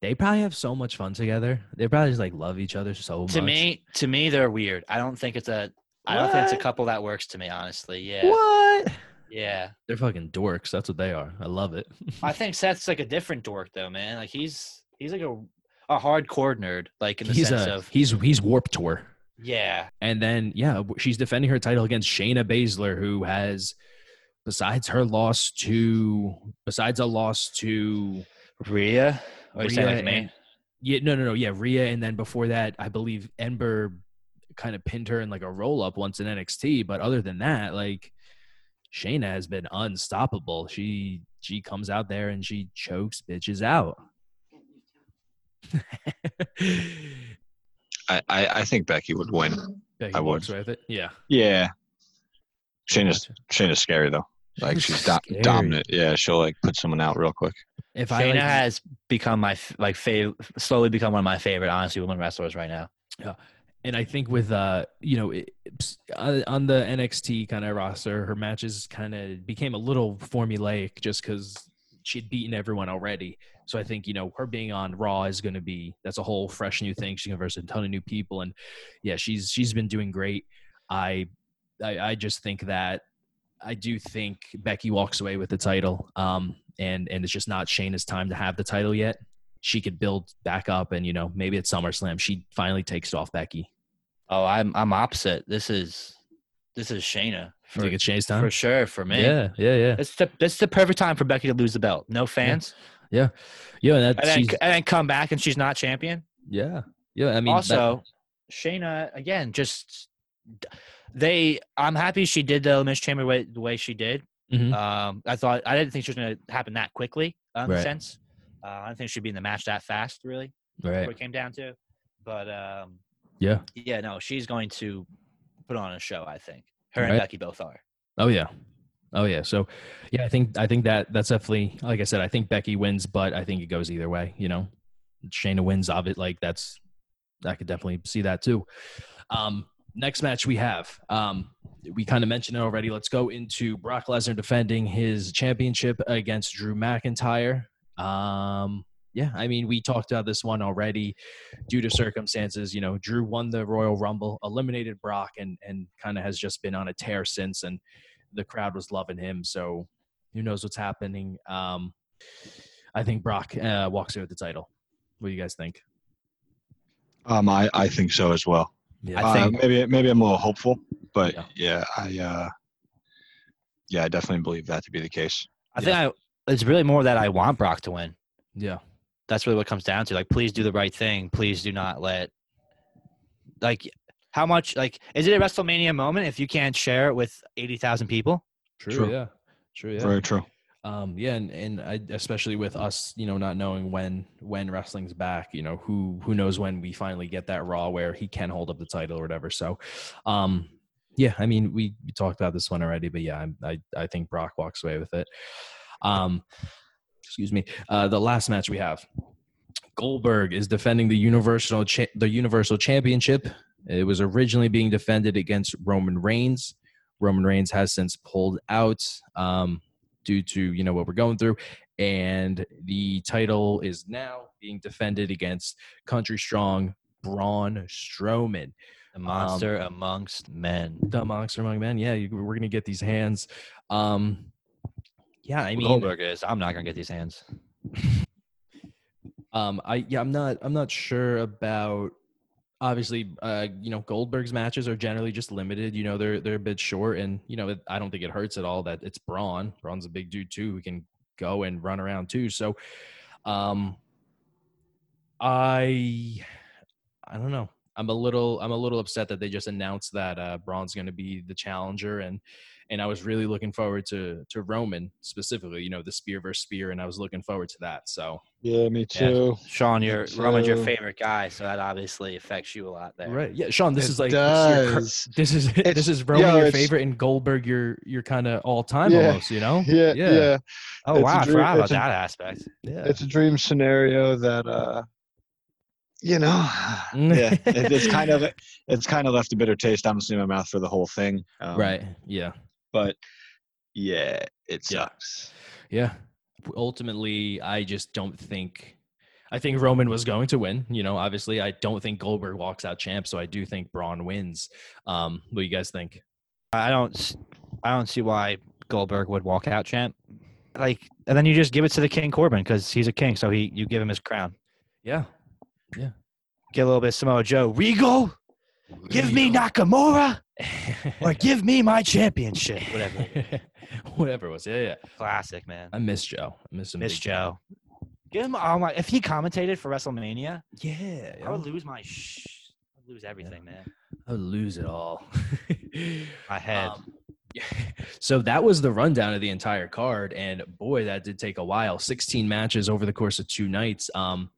They probably have so much fun together. They probably just like love each other so much.
To me, to me, they're weird. I don't think it's a. I don't think it's a
What?
couple that works to me, honestly. Yeah,
What?
yeah.
They're fucking dorks. That's what they are. I love it.
I think Seth's like a different dork though, man. Like he's he's like a a hardcore nerd, like in the
he's
sense
a
of
he's he's warp tour.
yeah,
And then yeah, w- she's defending her title against Shayna Baszler, who has besides her loss to besides a loss to
Rhea. Or Oh, you say
Rhea
like me?
and- yeah, no, no, no, yeah, Rhea, and then before that, I believe Ember kind of pinned her in like a roll up once in NXT. But other than that, like Shayna has been unstoppable. She she comes out there and she chokes bitches out.
I, I, I think Becky would win.
Becky
I would.
walks with it. Yeah.
Yeah. Shayna's Shayna's scary though. Like she's do-
Scary.
dominant. Yeah, she'll like put someone out real quick.
If
Shayna
I like,
has become my f- like fav- slowly become one of my favorite, honestly, women wrestlers right now.
and I think with uh you know it, ps- on on the NXT kind of roster, her matches kind of became a little formulaic just because she'd beaten everyone already. So I think you know her being on Raw is going to be that's a whole fresh new thing. She can verse a ton of new people, and yeah, she's she's been doing great. I I, I just think that I do think Becky walks away with the title, um, and and it's just not Shayna's time to have the title yet she could build back up and you know maybe at SummerSlam she finally takes it off Becky.
Oh, I'm I'm opposite. This is this is Shayna
I
for,
think it's Shayna's time.
for sure for me.
Yeah, yeah, yeah.
It's the it's the perfect time for Becky to lose the belt. No fans,
Yeah, and that,
and
she's,
then and then come back and she's not champion.
yeah. Yeah, I mean that-
also, Shayna again, just they. I'm happy she did the Elimination Chamber way, the way she did.
Mhm.
Um, I thought I didn't think she was going to happen that quickly. Um,
Right.
Sense, uh, I didn't think she'd be in the match that fast. Really,
right.
what it came down to. But um,
Yeah.
yeah, no, she's going to put on a show. I think her and
Right.
Becky both are.
Oh yeah. Oh yeah. So yeah, I think I think that that's definitely like I said, I think Becky wins, but I think it goes either way, you know. Shayna wins of it, like that's I could definitely see that too. Um next match we have. Um we kind of mentioned it already. Let's go into Brock Lesnar defending his championship against Drew McIntyre. Um yeah, I mean, we talked about this one already due to circumstances. You know, Drew won the Royal Rumble, eliminated Brock, and and kind of has just been on a tear since. And the crowd was loving him. So who knows what's happening? Um, I think Brock uh, walks away with the title. What do you guys think?
Um, I, I think so as well.
Yeah,
I think-
uh, maybe maybe I'm a little hopeful, but
Yeah.
yeah, I uh, yeah, I definitely believe that to be the case.
I think I. It's really more that I want Brock to win.
yeah,
that's really what it comes down to. Like, please do the right thing. Please do not let, like, how much, like, is it a WrestleMania moment if you can't share it with 80,000 people?
true,
True.
yeah, true, yeah,
Very true.
um, yeah, and and I, especially with us, you know, not knowing when when wrestling's back, you know, who who knows when we finally get that Raw where he can hold up the title or whatever. So, um, yeah, I mean, we, we talked about this one already, but yeah, I'm- I I think Brock walks away with it. Um, excuse me. Uh, the last match we have, Goldberg is defending the universal cha- the universal championship. It was originally being defended against Roman Reigns. Roman Reigns has since pulled out um, due to you know what we're going through, and the title is now being defended against Country Strong Braun Strowman
The monster amongst men.
the monster among men. Yeah, you, we're gonna get these hands. Um, yeah, I mean,
Goldberg is. I'm not going to get these hands.
um, I yeah, I'm not, I'm not sure about. Obviously, uh, you know Goldberg's matches are generally just limited. You know they're they're a bit short, and you know it, I don't think it hurts at all that it's Braun. Braun's a big dude too. He can go and run around too. So, um, I, I don't know. I'm a little I'm a little upset that they just announced that uh, Braun's going to be the challenger, and and I was really looking forward to to Roman specifically. You know, the spear versus spear, and I was looking forward to that. So
Yeah, me
Yeah.
too.
Sean, you're
It's,
Roman's your
uh,
favorite guy, so that obviously affects you a lot there.
right, yeah, Sean, this
It
is like this is your cur-
does.
this is this
It's-
is Roman
yo,
your
it's-
favorite and Goldberg your your kind of all time
Yeah.
almost. You know,
Yeah,
Yeah.
yeah,
Oh
It's a
wow, I
dream-
forgot about
it's a-
that aspect.
yeah.
It's a dream scenario that uh you know yeah, it, it's kind of it's kind of left a bitter taste honestly in my mouth for the whole thing. Um,
right, yeah.
But yeah, it
Yeah.
sucks.
Yeah. Ultimately, I just don't think. I think Roman was going to win. You know, obviously, I don't think Goldberg walks out champ, so I do think Braun wins. Um, what do you guys think?
I don't, s- I don't see why Goldberg would walk out champ. Like, and then you just give it to the King Corbin because he's a king, so he you give him his crown.
Yeah.
Get a little bit of Samoa Joe, Regal, give me Nakamura, or give me my championship. Whatever.
Whatever it was. Yeah, yeah.
Classic man.
I miss Joe. I miss him.
Miss
big
Joe. Give him all my. If he commentated for WrestleMania,
time. Yeah.
I would lose my. Sh- I'd lose everything, man.
I would lose it all.
My head.
Um, so that was the rundown of the entire card, and boy, that did take a while. Sixteen matches over the course of two nights. Um,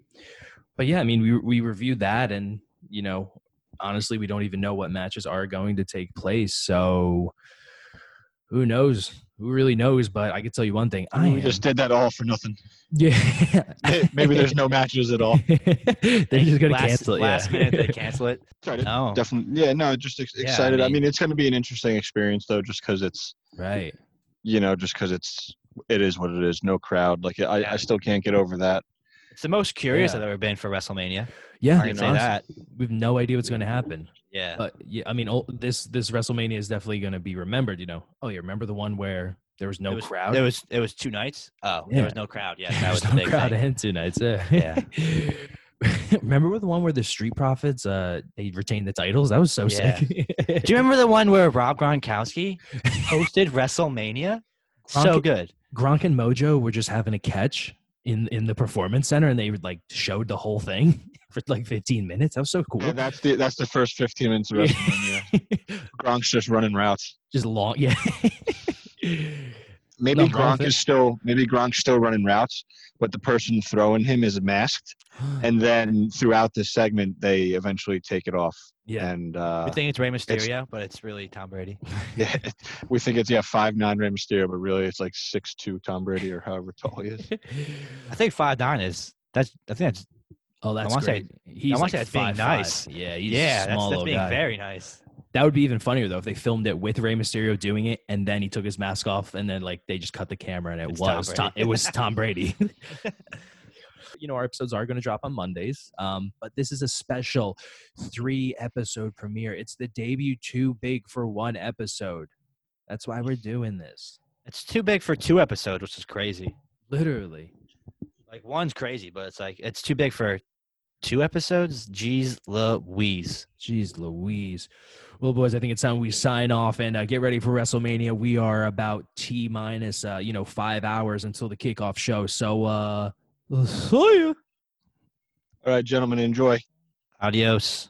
but yeah, I mean, we we reviewed that, and you know, honestly, we don't even know what matches are going to take place. So who knows? Who really knows? But I can tell you one thing: I
we
am,
just did that all for nothing.
yeah.
Maybe there's no matches at all.
They're just gonna
last,
cancel it. yeah.
Last minute, they cancel it.
Sorry,
No.
definitely. Yeah, no, just ex-
Oh. Yeah, I
excited. I mean,
mean-
it's going to be an interesting experience though, just because it's
right.
you know, just because it's it is what it is. No crowd. Like I, I still can't get over that.
It's the most curious
Yeah.
I've ever been for WrestleMania.
Yeah,
I can say
honestly,
that.
we have no idea what's going to happen.
Yeah.
But yeah, I mean, ul- this this WrestleMania is definitely going to be remembered. You know, oh yeah, remember the one where there was no
it was,
crowd.
There was it was two nights. Oh,
Yeah.
there was no crowd. Yeah,
There
that was
was
the
no
big
crowd
thing.
and two nights. Yeah. remember with the one where the Street Profits uh they retained the titles? That was so
Yeah.
sick.
Do you remember the one where Rob Gronkowski hosted WrestleMania? So
Gronk-
good.
Gronk and Mojo were just having a catch in in the performance center, and they would, like showed the whole thing for like 15 minutes. That was so cool.
Yeah, Oh, that's the that's the first 15 minutes of WrestleMania. Gronk's just running routes.
just long, yeah.
Maybe
No, Gronk
Gronk
is-
is still maybe Gronk's still running routes, but the person throwing him is masked. And then throughout this segment, they eventually take it off.
yeah,
And uh,
we think it's Rey
it's-
Mysterio, but it's really Tom Brady.
yeah, we think it's yeah five nine Rey Mysterio, but really it's like six two Tom Brady or however tall he is.
I think five nine is that's. I think that's.
Oh, that's
wanna say-
great. he's
wanna
like
say that's being
five,
nice.
Five. Yeah, he's a
yeah,
small
that's, that's
little
being
guy.
very nice.
That would be even funnier though if they filmed it with Rey Mysterio doing it, and then he took his mask off, and then like they just cut the camera, and it
It's Tom
was
Brady.
Tom, it was Tom Brady. you know, our episodes are going to drop on Mondays, um, but this is a special three episode premiere. It's the debut too big for one episode. That's why we're doing this.
It's too big for two episodes, which is crazy.
Literally,
Like one's crazy, but it's like it's too big for two episodes. Jeez Louise.
Jeez Louise. Well, boys, I think it's time we sign off and uh, get ready for WrestleMania. We are about T minus, uh, you know, five hours until the kickoff show. So, uh, see ya.
All right, gentlemen, enjoy.
Adios.